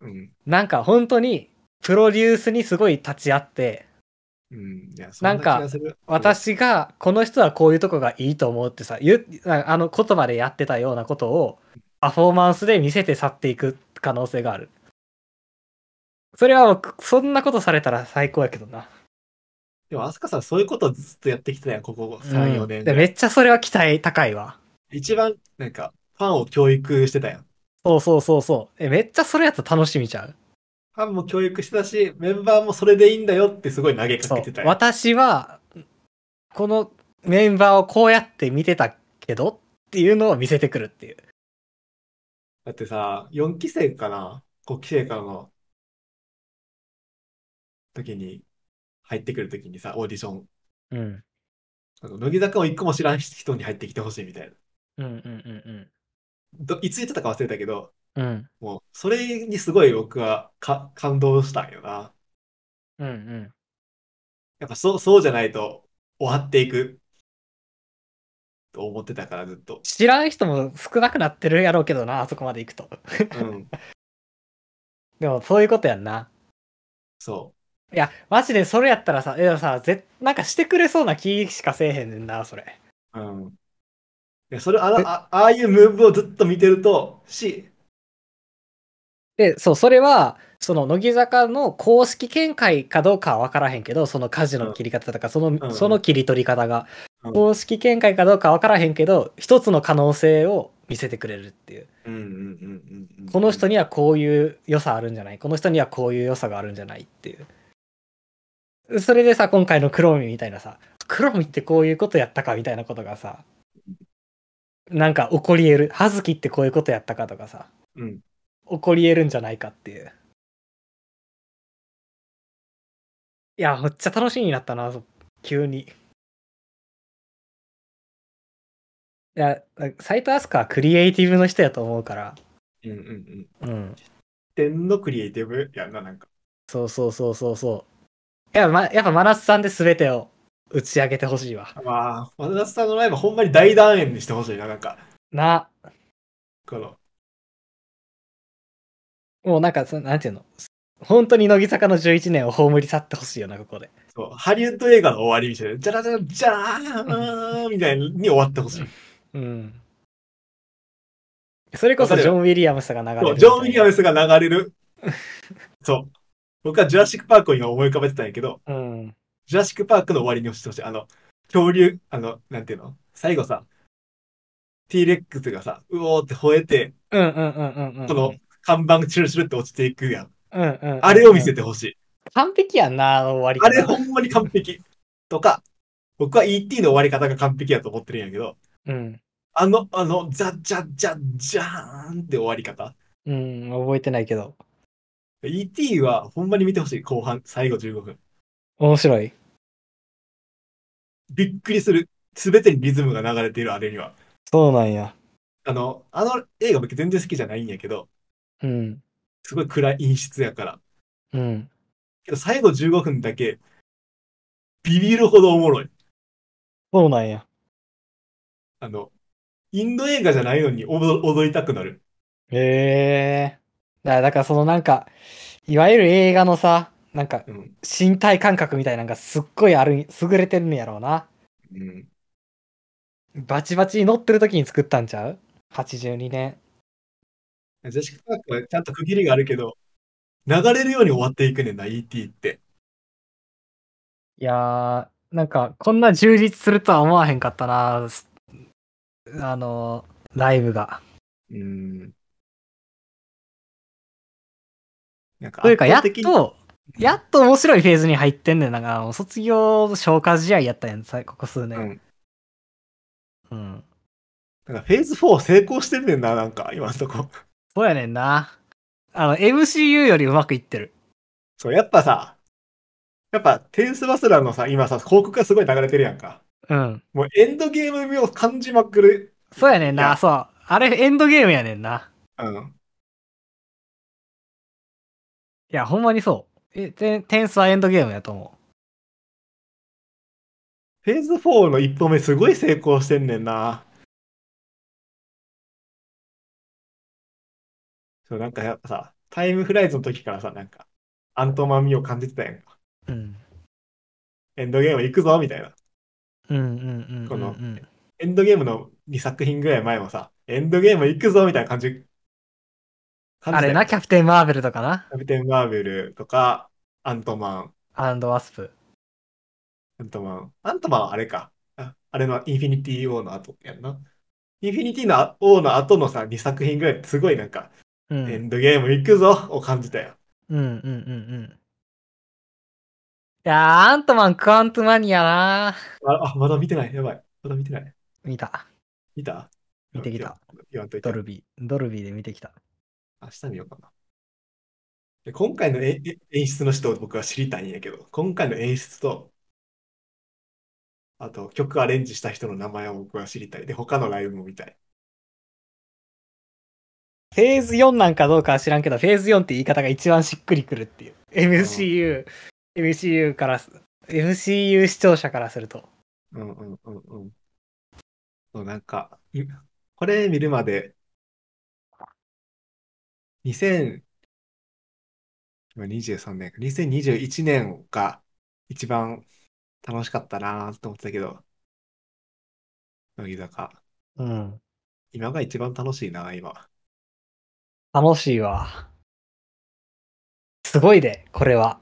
Speaker 1: うん。
Speaker 2: なんか本当に、プロデュースにすごい立ち会って、
Speaker 1: うん。いや、そ
Speaker 2: なんん
Speaker 1: な気
Speaker 2: か
Speaker 1: がする。
Speaker 2: 私が、この人はこういうとこがいいと思うってさ、言うあの言葉でやってたようなことを、パフォーマンスで見せて去っていく可能性がある。それはもう、そんなことされたら最高やけどな。
Speaker 1: でも、飛鳥さん、そういうことずっとやってきてたやん、ここ3、4
Speaker 2: うん
Speaker 1: 年ぐ
Speaker 2: で
Speaker 1: らい。
Speaker 2: めっちゃそれは期待高いわ。
Speaker 1: 一番、なんか、ファンを教育してたやん。
Speaker 2: そうそうそうそう。え、めっちゃそれやったら楽しみちゃう。
Speaker 1: ファンも教育してたし、メンバーもそれでいいんだよってすごい投げか
Speaker 2: そ
Speaker 1: け
Speaker 2: う
Speaker 1: てた。やん。
Speaker 2: 私は、このメンバーをこうやって見てたけどっていうのを見せてくるっていう。
Speaker 1: だってさ、4期生かな ?5 期生からの時に、入ってくる時にさ、オーディション。
Speaker 2: うん。
Speaker 1: あの乃木坂を一個も知らん人に入ってきてほしいみたいな。
Speaker 2: うんうんうん
Speaker 1: どいつ言ってたか忘れたけど、
Speaker 2: うん。うん。
Speaker 1: もう、それにすごい僕はか感動したんよな。
Speaker 2: うんうん。
Speaker 1: やっぱそう、そうじゃないと終わっていく。と思ってたから、ずっと。
Speaker 2: 知らん人も少なくなってるやろうけどな、あそこまで行くと。
Speaker 1: うん。
Speaker 2: でもそういうことやんな。
Speaker 1: そ
Speaker 2: いや、マジでそれやったらさ、でもさ、ぜなんかしてくれそうな気しかせえへんねんな、それ。
Speaker 1: う。うん。いや、それ、あらあ、ああいうムーブをずっと見てると、し、
Speaker 2: で、そう、それは、その、乃木坂の公式見解かどうかは分からへんけど、その舵の切り方とか、その、
Speaker 1: ん
Speaker 2: その切り取り方が、
Speaker 1: うん
Speaker 2: 公式見解かどうか分からへんけど、一つの可能性を見せてくれるっていう。
Speaker 1: うんうんうんうんうん。
Speaker 2: この人
Speaker 1: に、
Speaker 2: にはこういう良さあるんじゃないこの人にはこういう良さがあるんじゃないっていう。それでさ、今回の黒海みたいなさ、黒海ってこういうことやったかみたいなことがさ、なんか起こり得る。葉月ってこういうことやったかとかさ、
Speaker 1: うん。
Speaker 2: 起こり得るんじゃないかっていう。いや、めっちゃ楽しみになったな、そ急に。いや、斎藤飛鳥はクリエイティブの人やと思うから、
Speaker 1: うんうんうん。
Speaker 2: うん。
Speaker 1: 点のクリエイティブやんな、なんか。
Speaker 2: そうそうそうそうそう。やっぱ、ま、やっぱ真夏さんで全てを打ち上げてほしいわ。
Speaker 1: まあ、松田さんのライブほんまに大団円にしてほしいな、なんか。
Speaker 2: な、
Speaker 1: この、
Speaker 2: もうなんか、そなんていうの、本当に乃木坂の11年を葬り去ってほしいよな、ここで。
Speaker 1: そう、ハリウッド映画の終わりみたいな、じゃらじゃらじゃー んみたいに終わってほしい。
Speaker 2: うん。それこそジョン・ウィリアムスが流れる
Speaker 1: そう、ジョン・ウィリアム
Speaker 2: ス。
Speaker 1: スが流れる。 そう。僕はジュラシック・パークを今思い浮かべてたんやけど、
Speaker 2: うん。
Speaker 1: ジュラシック・パークの終わりにしてほしい。あの、恐竜、あの、なんていうの最後さ、T レックスがさ、うおーって吠えて、
Speaker 2: うんうんうんうんうん。
Speaker 1: この、看板チュルチュルって落ちていくやん。
Speaker 2: うんうんうんうん、
Speaker 1: あれを見せてほしい。
Speaker 2: 完璧やんな、あの終わり
Speaker 1: あ
Speaker 2: 方
Speaker 1: れほんまに完璧。とか、僕は E.T. の終わり方が完璧やと思ってるんやけど、
Speaker 2: うん。
Speaker 1: あの、あの、ザ・ジャ・ジャ・ジャーンって終わり方。
Speaker 2: うん、覚えてないけど。
Speaker 1: E.T. はほんまに見てほしい。後半、最後15分。
Speaker 2: 面白い。
Speaker 1: びっくりする。すべてにリズムが流れている、あれには。
Speaker 2: そうなんや。
Speaker 1: あの、あの映画僕全然好きじゃないんやけど、
Speaker 2: うん。
Speaker 1: すごい暗い陰湿やから。
Speaker 2: うん。
Speaker 1: けど最後15分だけ、ビビるほどおもろい。
Speaker 2: そうなんや。
Speaker 1: あの、インド映画じゃないのに踊踊りたくなる。
Speaker 2: へえ。だから、だからそのなんか、いわゆる映画のさ、なんか
Speaker 1: うん。
Speaker 2: 身体感覚みたいなのがすっごいあるん、優れてるんやろうな。
Speaker 1: うん。
Speaker 2: バチバチに乗ってる時に作ったんちゃう ?82 年。
Speaker 1: ジェシカ・パークはちゃんと区切りがあるけど、流れるように終わっていくねんな、ET って。
Speaker 2: いやー、なんか、こんな充実するとは思わへんかったなすあのーライブが。
Speaker 1: うん。なんか
Speaker 2: というか、
Speaker 1: 圧
Speaker 2: やっ
Speaker 1: 倒的に
Speaker 2: と、やっと面白いフェーズに入ってんねん。なんか、あの卒業消化試合やったやん、さここ数
Speaker 1: う
Speaker 2: 年。
Speaker 1: ん。
Speaker 2: うん。
Speaker 1: なんかフェーズ4成功してんねんな、なんか、今のとこ。
Speaker 2: そうやねんな。あの、MCU よりうまくいってる。
Speaker 1: そう、やっぱさ、やっぱ、テンスバスラーのさ、今さ、広告がすごい流れてるやんか。
Speaker 2: うん。
Speaker 1: もうエンドゲーム味を感じまくる。
Speaker 2: そうやねん
Speaker 1: い
Speaker 2: な、
Speaker 1: や
Speaker 2: そう。あれ、エンドゲームやねんな。
Speaker 1: うん。
Speaker 2: いや、ほんまにそう。え、てテンスはエンドゲームやと思
Speaker 1: フェーズ4の一歩目すごい成功してんねんな。そう、なんかやっぱさ、タイムフライズの時からさ、なんか、アントマン味を感じてたやんか。
Speaker 2: う。うん。
Speaker 1: エンドゲーム行くぞ、みたいな。
Speaker 2: うんうんうんうん、うん。
Speaker 1: このエンドゲームの2作品ぐらい前もさ、エンドゲーム行くぞ、みたいな感じ。感
Speaker 2: あ
Speaker 1: じた
Speaker 2: れ
Speaker 1: やん
Speaker 2: な、キャプテン・マーベルとかな。
Speaker 1: キャプテン・マーベルとか、アントマン、
Speaker 2: アンド・ワスプ。
Speaker 1: アントマン。アントマンはあれか。ああれのインフィニティ・ウォーの後やんな。インフィニティの王の後のさ、2作品ぐらいすごいなんか、
Speaker 2: うん。うん
Speaker 1: エンドゲーム行くぞを感じたよ。
Speaker 2: うんうんうん。いやー、アントマン・クアントマニアな
Speaker 1: あ、あまだ見てない。やばい。まだ見てない。
Speaker 2: 見た。
Speaker 1: 見た
Speaker 2: 見てきた。
Speaker 1: 今日言わんといて
Speaker 2: ド。ルビー。ドルビーで見てきた。
Speaker 1: 明日見ようかな。で今回のええ演出の人を僕は知りたいんやけど、今回の演出と、あと曲アレンジした人の名前を僕は知りたい。で、他のライブも見たい。
Speaker 2: フェーズ4なんかどうかは知らんけど、フェーズ4って言い方が一番しっくりくるっていう。MCU、MCU からす、MCU 視聴者からすると。
Speaker 1: うんうんうんうん。そう、なんか、いこれ見るまで、2000、今23年か、2021年が一番楽しかったなと思ってたけど、乃木坂、
Speaker 2: うん。
Speaker 1: 今が一番楽しいな、今。
Speaker 2: 楽しいわ。すごいで、これは。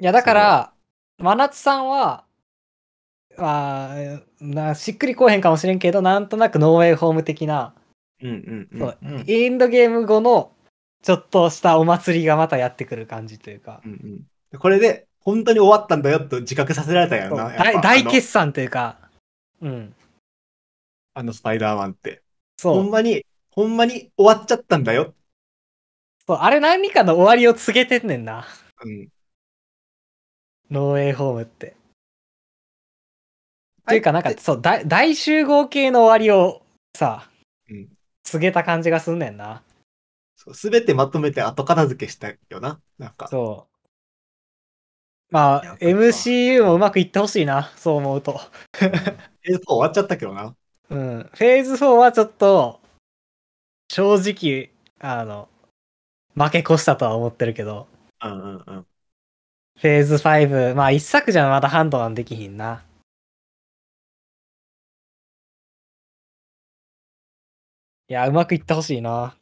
Speaker 2: いや、だから、真夏さんは、まあ、なしっくりこうへんかもしれんけど、なんとなくノーウェイホーム的な、
Speaker 1: うんうん
Speaker 2: んそう
Speaker 1: うん。
Speaker 2: エンドゲーム後の、ちょっとしたお祭りがまたやってくる感じというか、
Speaker 1: うんうん、これで、本当に終わったんだよと自覚させられたよな、やっぱ
Speaker 2: 大
Speaker 1: あ
Speaker 2: 大
Speaker 1: の
Speaker 2: 決算というか、うん、
Speaker 1: あのスパイダーマンって。
Speaker 2: そ
Speaker 1: ほ。
Speaker 2: うん
Speaker 1: まに、ほんまに終わっちゃったんだよ。
Speaker 2: そうあれ何かの終わりを告げてんねんな。
Speaker 1: うん。
Speaker 2: ノーウェイホームって。というかなんか、そう、大大集合系の終わりをさ、
Speaker 1: うん
Speaker 2: 告げた感じがすんねんな。
Speaker 1: すべてまとめて後片付けしたいよな。なんか、
Speaker 2: そう。ま
Speaker 1: いやわ
Speaker 2: あ、
Speaker 1: かるわ
Speaker 2: MCU もうまくいってほしいな、そう思うと。
Speaker 1: 映像終わっちゃったけどな。
Speaker 2: うん。フェーズ4はちょっと、正直、あの、負け越したとは思ってるけど、
Speaker 1: うんうんうん。
Speaker 2: フェーズ5、まあ一作じゃまだ判断できひんな。いや、うまくいってほしいな。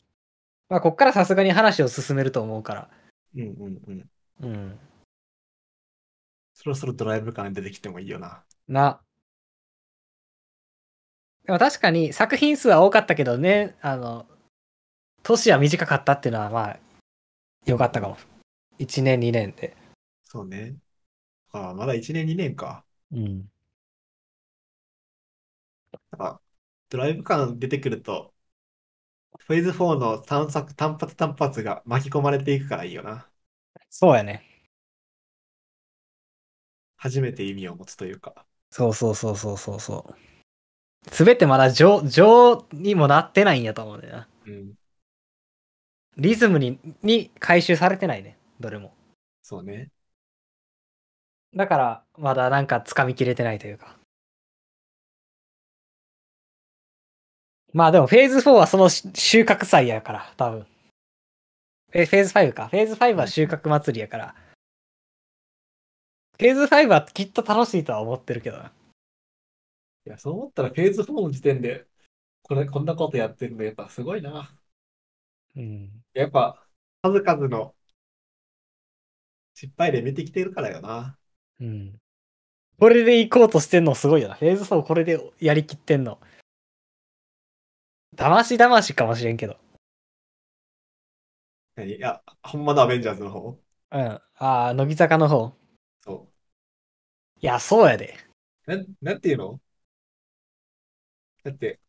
Speaker 2: まあ、こっからさすがに話を進めると思うから。
Speaker 1: うんうんうん。
Speaker 2: うん。
Speaker 1: そろそろドライブ感出てきてもいいよな。
Speaker 2: な。でも確かに作品数は多かったけどね、あの、年は短かったっていうのはまあ、良かったかも。1年、2年で。
Speaker 1: そうね。ああ、まだ1年2年か。
Speaker 2: うん。
Speaker 1: やっぱ、ドライブ感出てくると、フェーズ4の探索、単発単発が巻き込まれていくからいいよな。
Speaker 2: そうやね。
Speaker 1: 初めて意味を持つというか。
Speaker 2: そうそうそうそうそうそう。すべてまだ情、情にもなってないんやと思うんだよな。
Speaker 1: うん。
Speaker 2: リズムに、に回収されてないね。どれも。
Speaker 1: そうね。
Speaker 2: だから、まだなんか掴みきれてないというか。まあでも、フェーズ4はそのし収穫祭やから、多分。え、フェーズ5か。フェーズ5は収穫祭りやから。フェーズ5はきっと楽しいとは思ってるけどな。
Speaker 1: いや、そう思ったらフェーズ4の時点で、これ、こんなことやってるの、やっぱすごいな。
Speaker 2: うん。
Speaker 1: やっぱ、数々の失敗例見てきてるからよな。
Speaker 2: うん。これで行こうとしてんのすごいよな。フェーズ4これでやりきってんの。騙し騙しかもしれんけど。
Speaker 1: 何いや、ほんまのアベンジャーズの方
Speaker 2: うん。ああ、乃木坂の方。
Speaker 1: そ
Speaker 2: いや、そうやで。
Speaker 1: う。なん、なんていうのだって、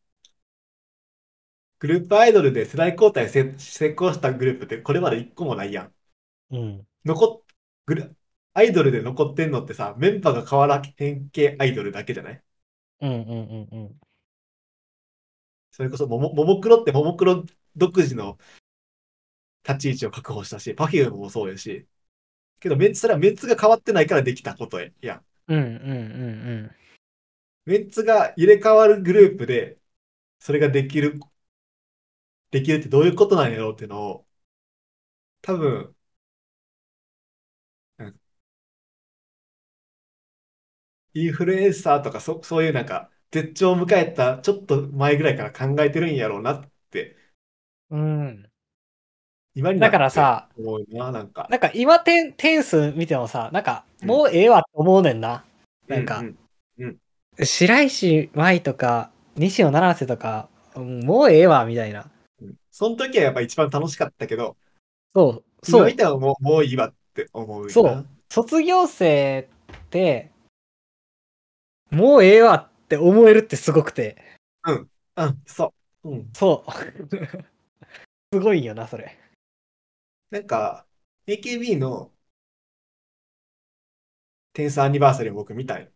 Speaker 1: グループアイドルで世代交代せ成功したグループってこれまで一個もないやん。
Speaker 2: うん。
Speaker 1: 残っ、グル、アイドルで残ってんのってさ、メンバーが変わらへん系アイドルだけじゃない
Speaker 2: うんうんうんうん。
Speaker 1: それこそもも、ももクロってももクロ独自の立ち位置を確保したし、パフュームもそうやし、けどメンツ、それはメンツが変わってないからできたことややん。
Speaker 2: うんうんうん
Speaker 1: メンツが入れ替わるグループで、それができる、できるってどういうことなんやろうっていうのを、多分、うんインフルエンサーとかそ、そういうなんか、絶頂を迎えたちょっと前ぐらいから考えてるんやろうなって、
Speaker 2: うん。うん。
Speaker 1: 今にな
Speaker 2: だ
Speaker 1: って
Speaker 2: からさ、
Speaker 1: 思うな、なんか。
Speaker 2: なんか今点点数見てもさ、なんかもうええわって思うねんな。なんか
Speaker 1: う
Speaker 2: 白石舞とか、西野七瀬とか、うんもうええわ、みたいな。
Speaker 1: うんその時はやっぱ一番楽しかったけど、
Speaker 2: そう、
Speaker 1: 今
Speaker 2: そう
Speaker 1: 見。たらもう、もういいわって思うよな。
Speaker 2: そう卒業生って、もうええわって思えるってすごくて。
Speaker 1: うん、そう。うん。
Speaker 2: そう。 すごいよな、それ。
Speaker 1: なんか、AKB のテンスアニバーサリーを僕見たい。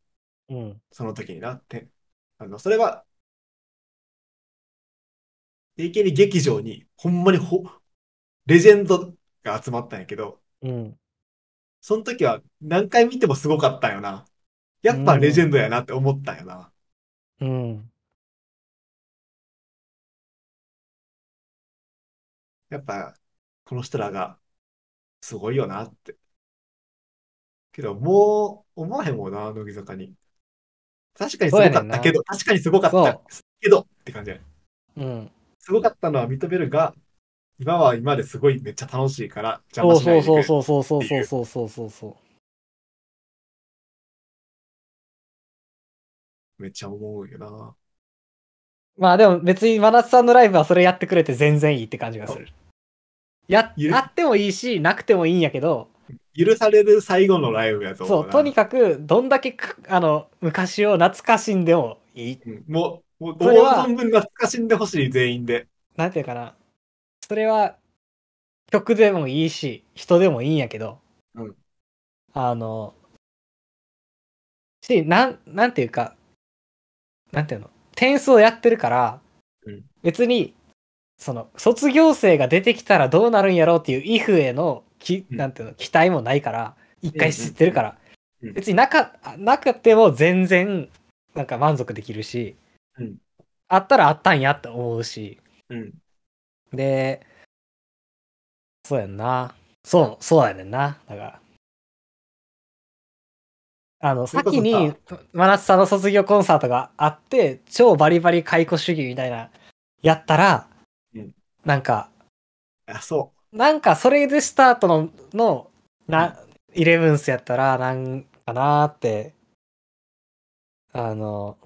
Speaker 2: うん。
Speaker 1: その時にな。てあの、それは、AKB 劇場に、ほんまにほ、レジェンドが集まったんやけど、
Speaker 2: うん。
Speaker 1: その時は何回見てもすごかったよな。やっぱレジェンドやなって思ったよな。
Speaker 2: うん。
Speaker 1: やっぱ、この人らが、すごいよなって。けど、もう、思わへんもんな、乃木坂に。確かにすごか
Speaker 2: そうや
Speaker 1: っ
Speaker 2: ねん
Speaker 1: た
Speaker 2: な
Speaker 1: けど、確かにすごかっ
Speaker 2: そ
Speaker 1: たけど、って感じやね
Speaker 2: うん。
Speaker 1: すごかったのは認めるが、今は今ですごいめっちゃ楽しいから、邪
Speaker 2: そ
Speaker 1: 魔
Speaker 2: う
Speaker 1: しな
Speaker 2: そ
Speaker 1: いうでく
Speaker 2: そ
Speaker 1: れ
Speaker 2: う
Speaker 1: る。
Speaker 2: そうそうそうそうそうそうそうそ
Speaker 1: めっちゃ思うよな。
Speaker 2: う。まあでも別に真夏さんのライブはそれやってくれて全然いいって感じがする。や、
Speaker 1: ゆる
Speaker 2: あってもいいし、なくてもいいんやけど、
Speaker 1: 許される最後のライブやと思
Speaker 2: そうう、
Speaker 1: な。
Speaker 2: とにかく、どんだけく、あの、昔を懐かしんでもいい。
Speaker 1: うんもう、もう、
Speaker 2: それは
Speaker 1: 存分懐かしんでほしい、全員で。
Speaker 2: なんていうかな。それは、曲でもいいし、人でもいいんやけど、
Speaker 1: うん
Speaker 2: あの、し、なん、なんていうか、なんていうの、点数をやってるから、
Speaker 1: うん
Speaker 2: 別に、その、卒業生が出てきたらどうなるんやろうっていう、イフへの、き、
Speaker 1: うん
Speaker 2: なんていうの、期待もないから、一回知ってるから、
Speaker 1: うんうんうん
Speaker 2: 別になか、なくても全然、なんか満足できるし、
Speaker 1: うん
Speaker 2: あったらあったんやって思うし、
Speaker 1: うん。
Speaker 2: で、そうやんな。そう、そうやねんな。だから。あの、
Speaker 1: それこそ
Speaker 2: 先に、真夏さんの卒業コンサートがあって、超バリバリ解雇主義みたいな、やったら、
Speaker 1: うん
Speaker 2: なんか、
Speaker 1: あ、そ
Speaker 2: なんかそれでスタートの、の、な、イレブンスやったら、なんかなーって、あの、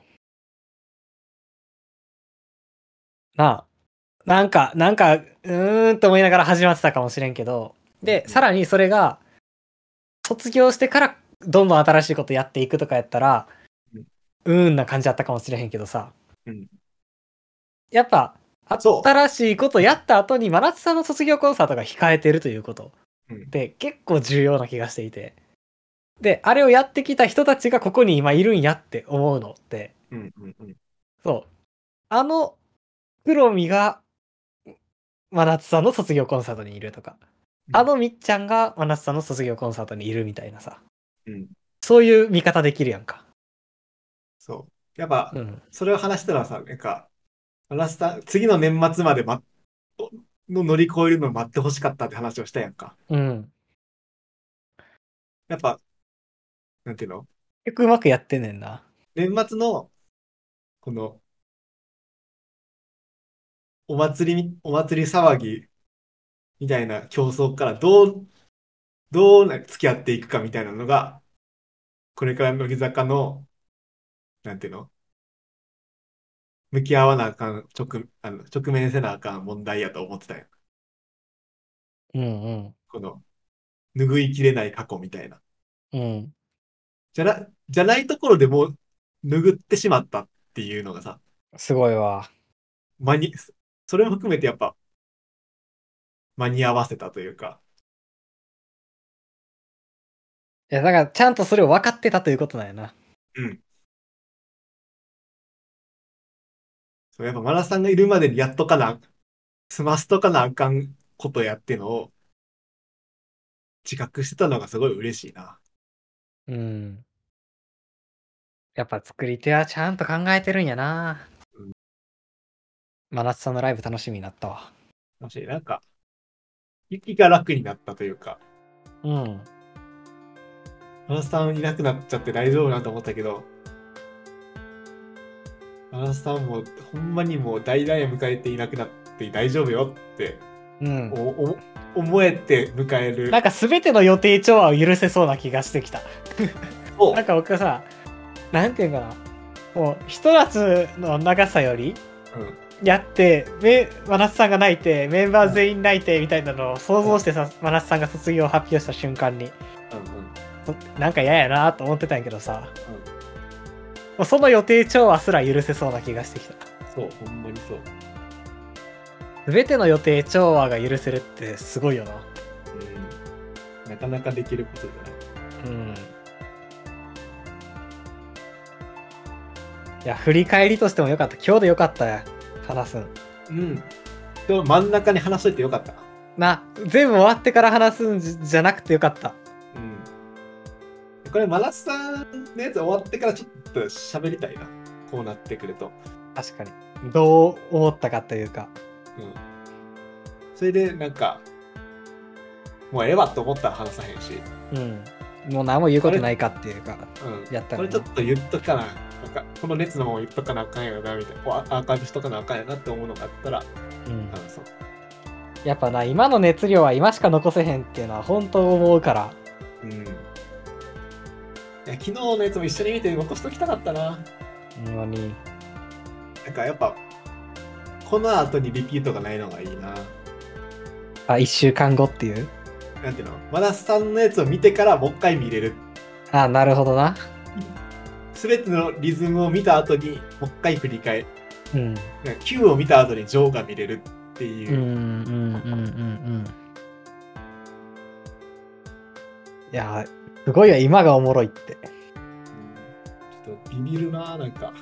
Speaker 2: なあ、なんか、なんか、うーんと思いながら始まってたかもしれんけど、で、さらにそれが、卒業してからどんどん新しいことやっていくとかやったら、
Speaker 1: うん
Speaker 2: うーんな感じだったかもしれへんけどさ、
Speaker 1: うん
Speaker 2: やっぱ、
Speaker 1: そう
Speaker 2: 新しいことやった後に、真夏さんの卒業コンサートが控えてるということ
Speaker 1: うん
Speaker 2: で結構重要な気がしていて、で、あれをやってきた人たちがここに今いるんやって思うのって、
Speaker 1: う。うん、うん、うん。
Speaker 2: そう。あの、黒見が、真夏さんの卒業コンサートにいるとか、
Speaker 1: うん
Speaker 2: あのみっちゃんが真夏さんの卒業コンサートにいるみたいなさ、
Speaker 1: うん。
Speaker 2: そういう見方できるやんか。
Speaker 1: そう。やっぱ、
Speaker 2: うん。
Speaker 1: それを話したらさ、なんか、話した、次の年末まで、ま、の乗り越えるの待ってほしかったって話をしたやんか。
Speaker 2: うん。
Speaker 1: やっぱ、なんていうの
Speaker 2: 結局うまくやってんねんな。
Speaker 1: 年末の、この、お祭りみ、お祭り騒ぎみたいな競争からどう、どうな付き合っていくかみたいなのが、これから乃木坂の、なんていうの向き合わなあかん、直、あの、直面せなあかん問題やと思ってたよ。
Speaker 2: うん
Speaker 1: この、拭いきれない過去みたいな。
Speaker 2: うん。うん。
Speaker 1: じゃな、じゃないところでもう、拭ってしまったっていうのがさ、
Speaker 2: すごいわ。
Speaker 1: 間に、それも含めてやっぱ、間に合わせたというか、
Speaker 2: いや、だからちゃんとそれを分かってたということなんやな。
Speaker 1: そうやっぱマラさんがいるまでにやっとかな、済ませとかなあかんことやってのを、自覚してたのがすごい嬉しいな。
Speaker 2: うん。やっぱ作り手はちゃんと考えてるんやな
Speaker 1: うん。
Speaker 2: 真夏さんのライブ楽しみになったわ。
Speaker 1: もし、なんか、息が楽になったというか、
Speaker 2: うん。
Speaker 1: マラさんいなくなっちゃって大丈夫なと思ったけど、マラさんもほんまにもう大々迎えていなくなって大丈夫よって
Speaker 2: うん。
Speaker 1: おお思えて迎える
Speaker 2: なんか全ての予定調和を許せそうな気がしてきた。
Speaker 1: を
Speaker 2: なんか僕はさ、なんていうんかな。もう、ひと夏の長さより、
Speaker 1: うん
Speaker 2: やって、め、真夏さんが泣いて、メンバー全員泣いて、みたいなのを想像してさ、真夏さんが卒業を発表した瞬間
Speaker 1: う
Speaker 2: に、
Speaker 1: んうん
Speaker 2: そなんか嫌やなと思ってたんやけどさ、もうその予定調和すら許せそうな気がしてきた。
Speaker 1: そうほんまにそう、
Speaker 2: 全ての予定調和が許せるってすごいよな。
Speaker 1: なかなかできることじゃない
Speaker 2: うん。いや、振り返りとしてもよかった。今日でよかったや。話すん。
Speaker 1: うんでも真ん中に話しといてよかったな
Speaker 2: な、全部終わってから話すんじじゃなくてよかった。
Speaker 1: うんこれマラスさんのやつ終わってからちょっと喋りたいなこうなってくると
Speaker 2: 確かに。どう思ったかというか。
Speaker 1: うんそれでなんかもうええわと思ったら話さへんし、
Speaker 2: うん。もう何も言うことないかっていうか。
Speaker 1: うん、
Speaker 2: やった
Speaker 1: こ
Speaker 2: ら
Speaker 1: れ
Speaker 2: な
Speaker 1: ちょっと言っとかななんかこの熱のまま言っとかなあかんよなみたいなこうアアーカイブしとかなあかんよなって思うのがあったら
Speaker 2: うん。
Speaker 1: 話そう
Speaker 2: やっぱな、今の熱量は今しか残せへんっていうのは本当思うから。
Speaker 1: うん。いや、昨日のやつも一緒に見て残しときたかったな。
Speaker 2: ほんまに。
Speaker 1: なんかやっぱ、この後にリピートがないのがいいな。
Speaker 2: あ、一週間後っていう。
Speaker 1: なんていうのマラスさんのやつを見てからもう一回見れる。
Speaker 2: あ、なるほどな。
Speaker 1: すべてのリズムを見た後にもう一回振り返る。
Speaker 2: うん。
Speaker 1: なんか Q を見た後にジョーが見れるって
Speaker 2: うん、う
Speaker 1: いう。
Speaker 2: ん、うん、うん、うん。いや、すごいよ、今がおもろいって。
Speaker 1: ちょっとビビるな、なんか。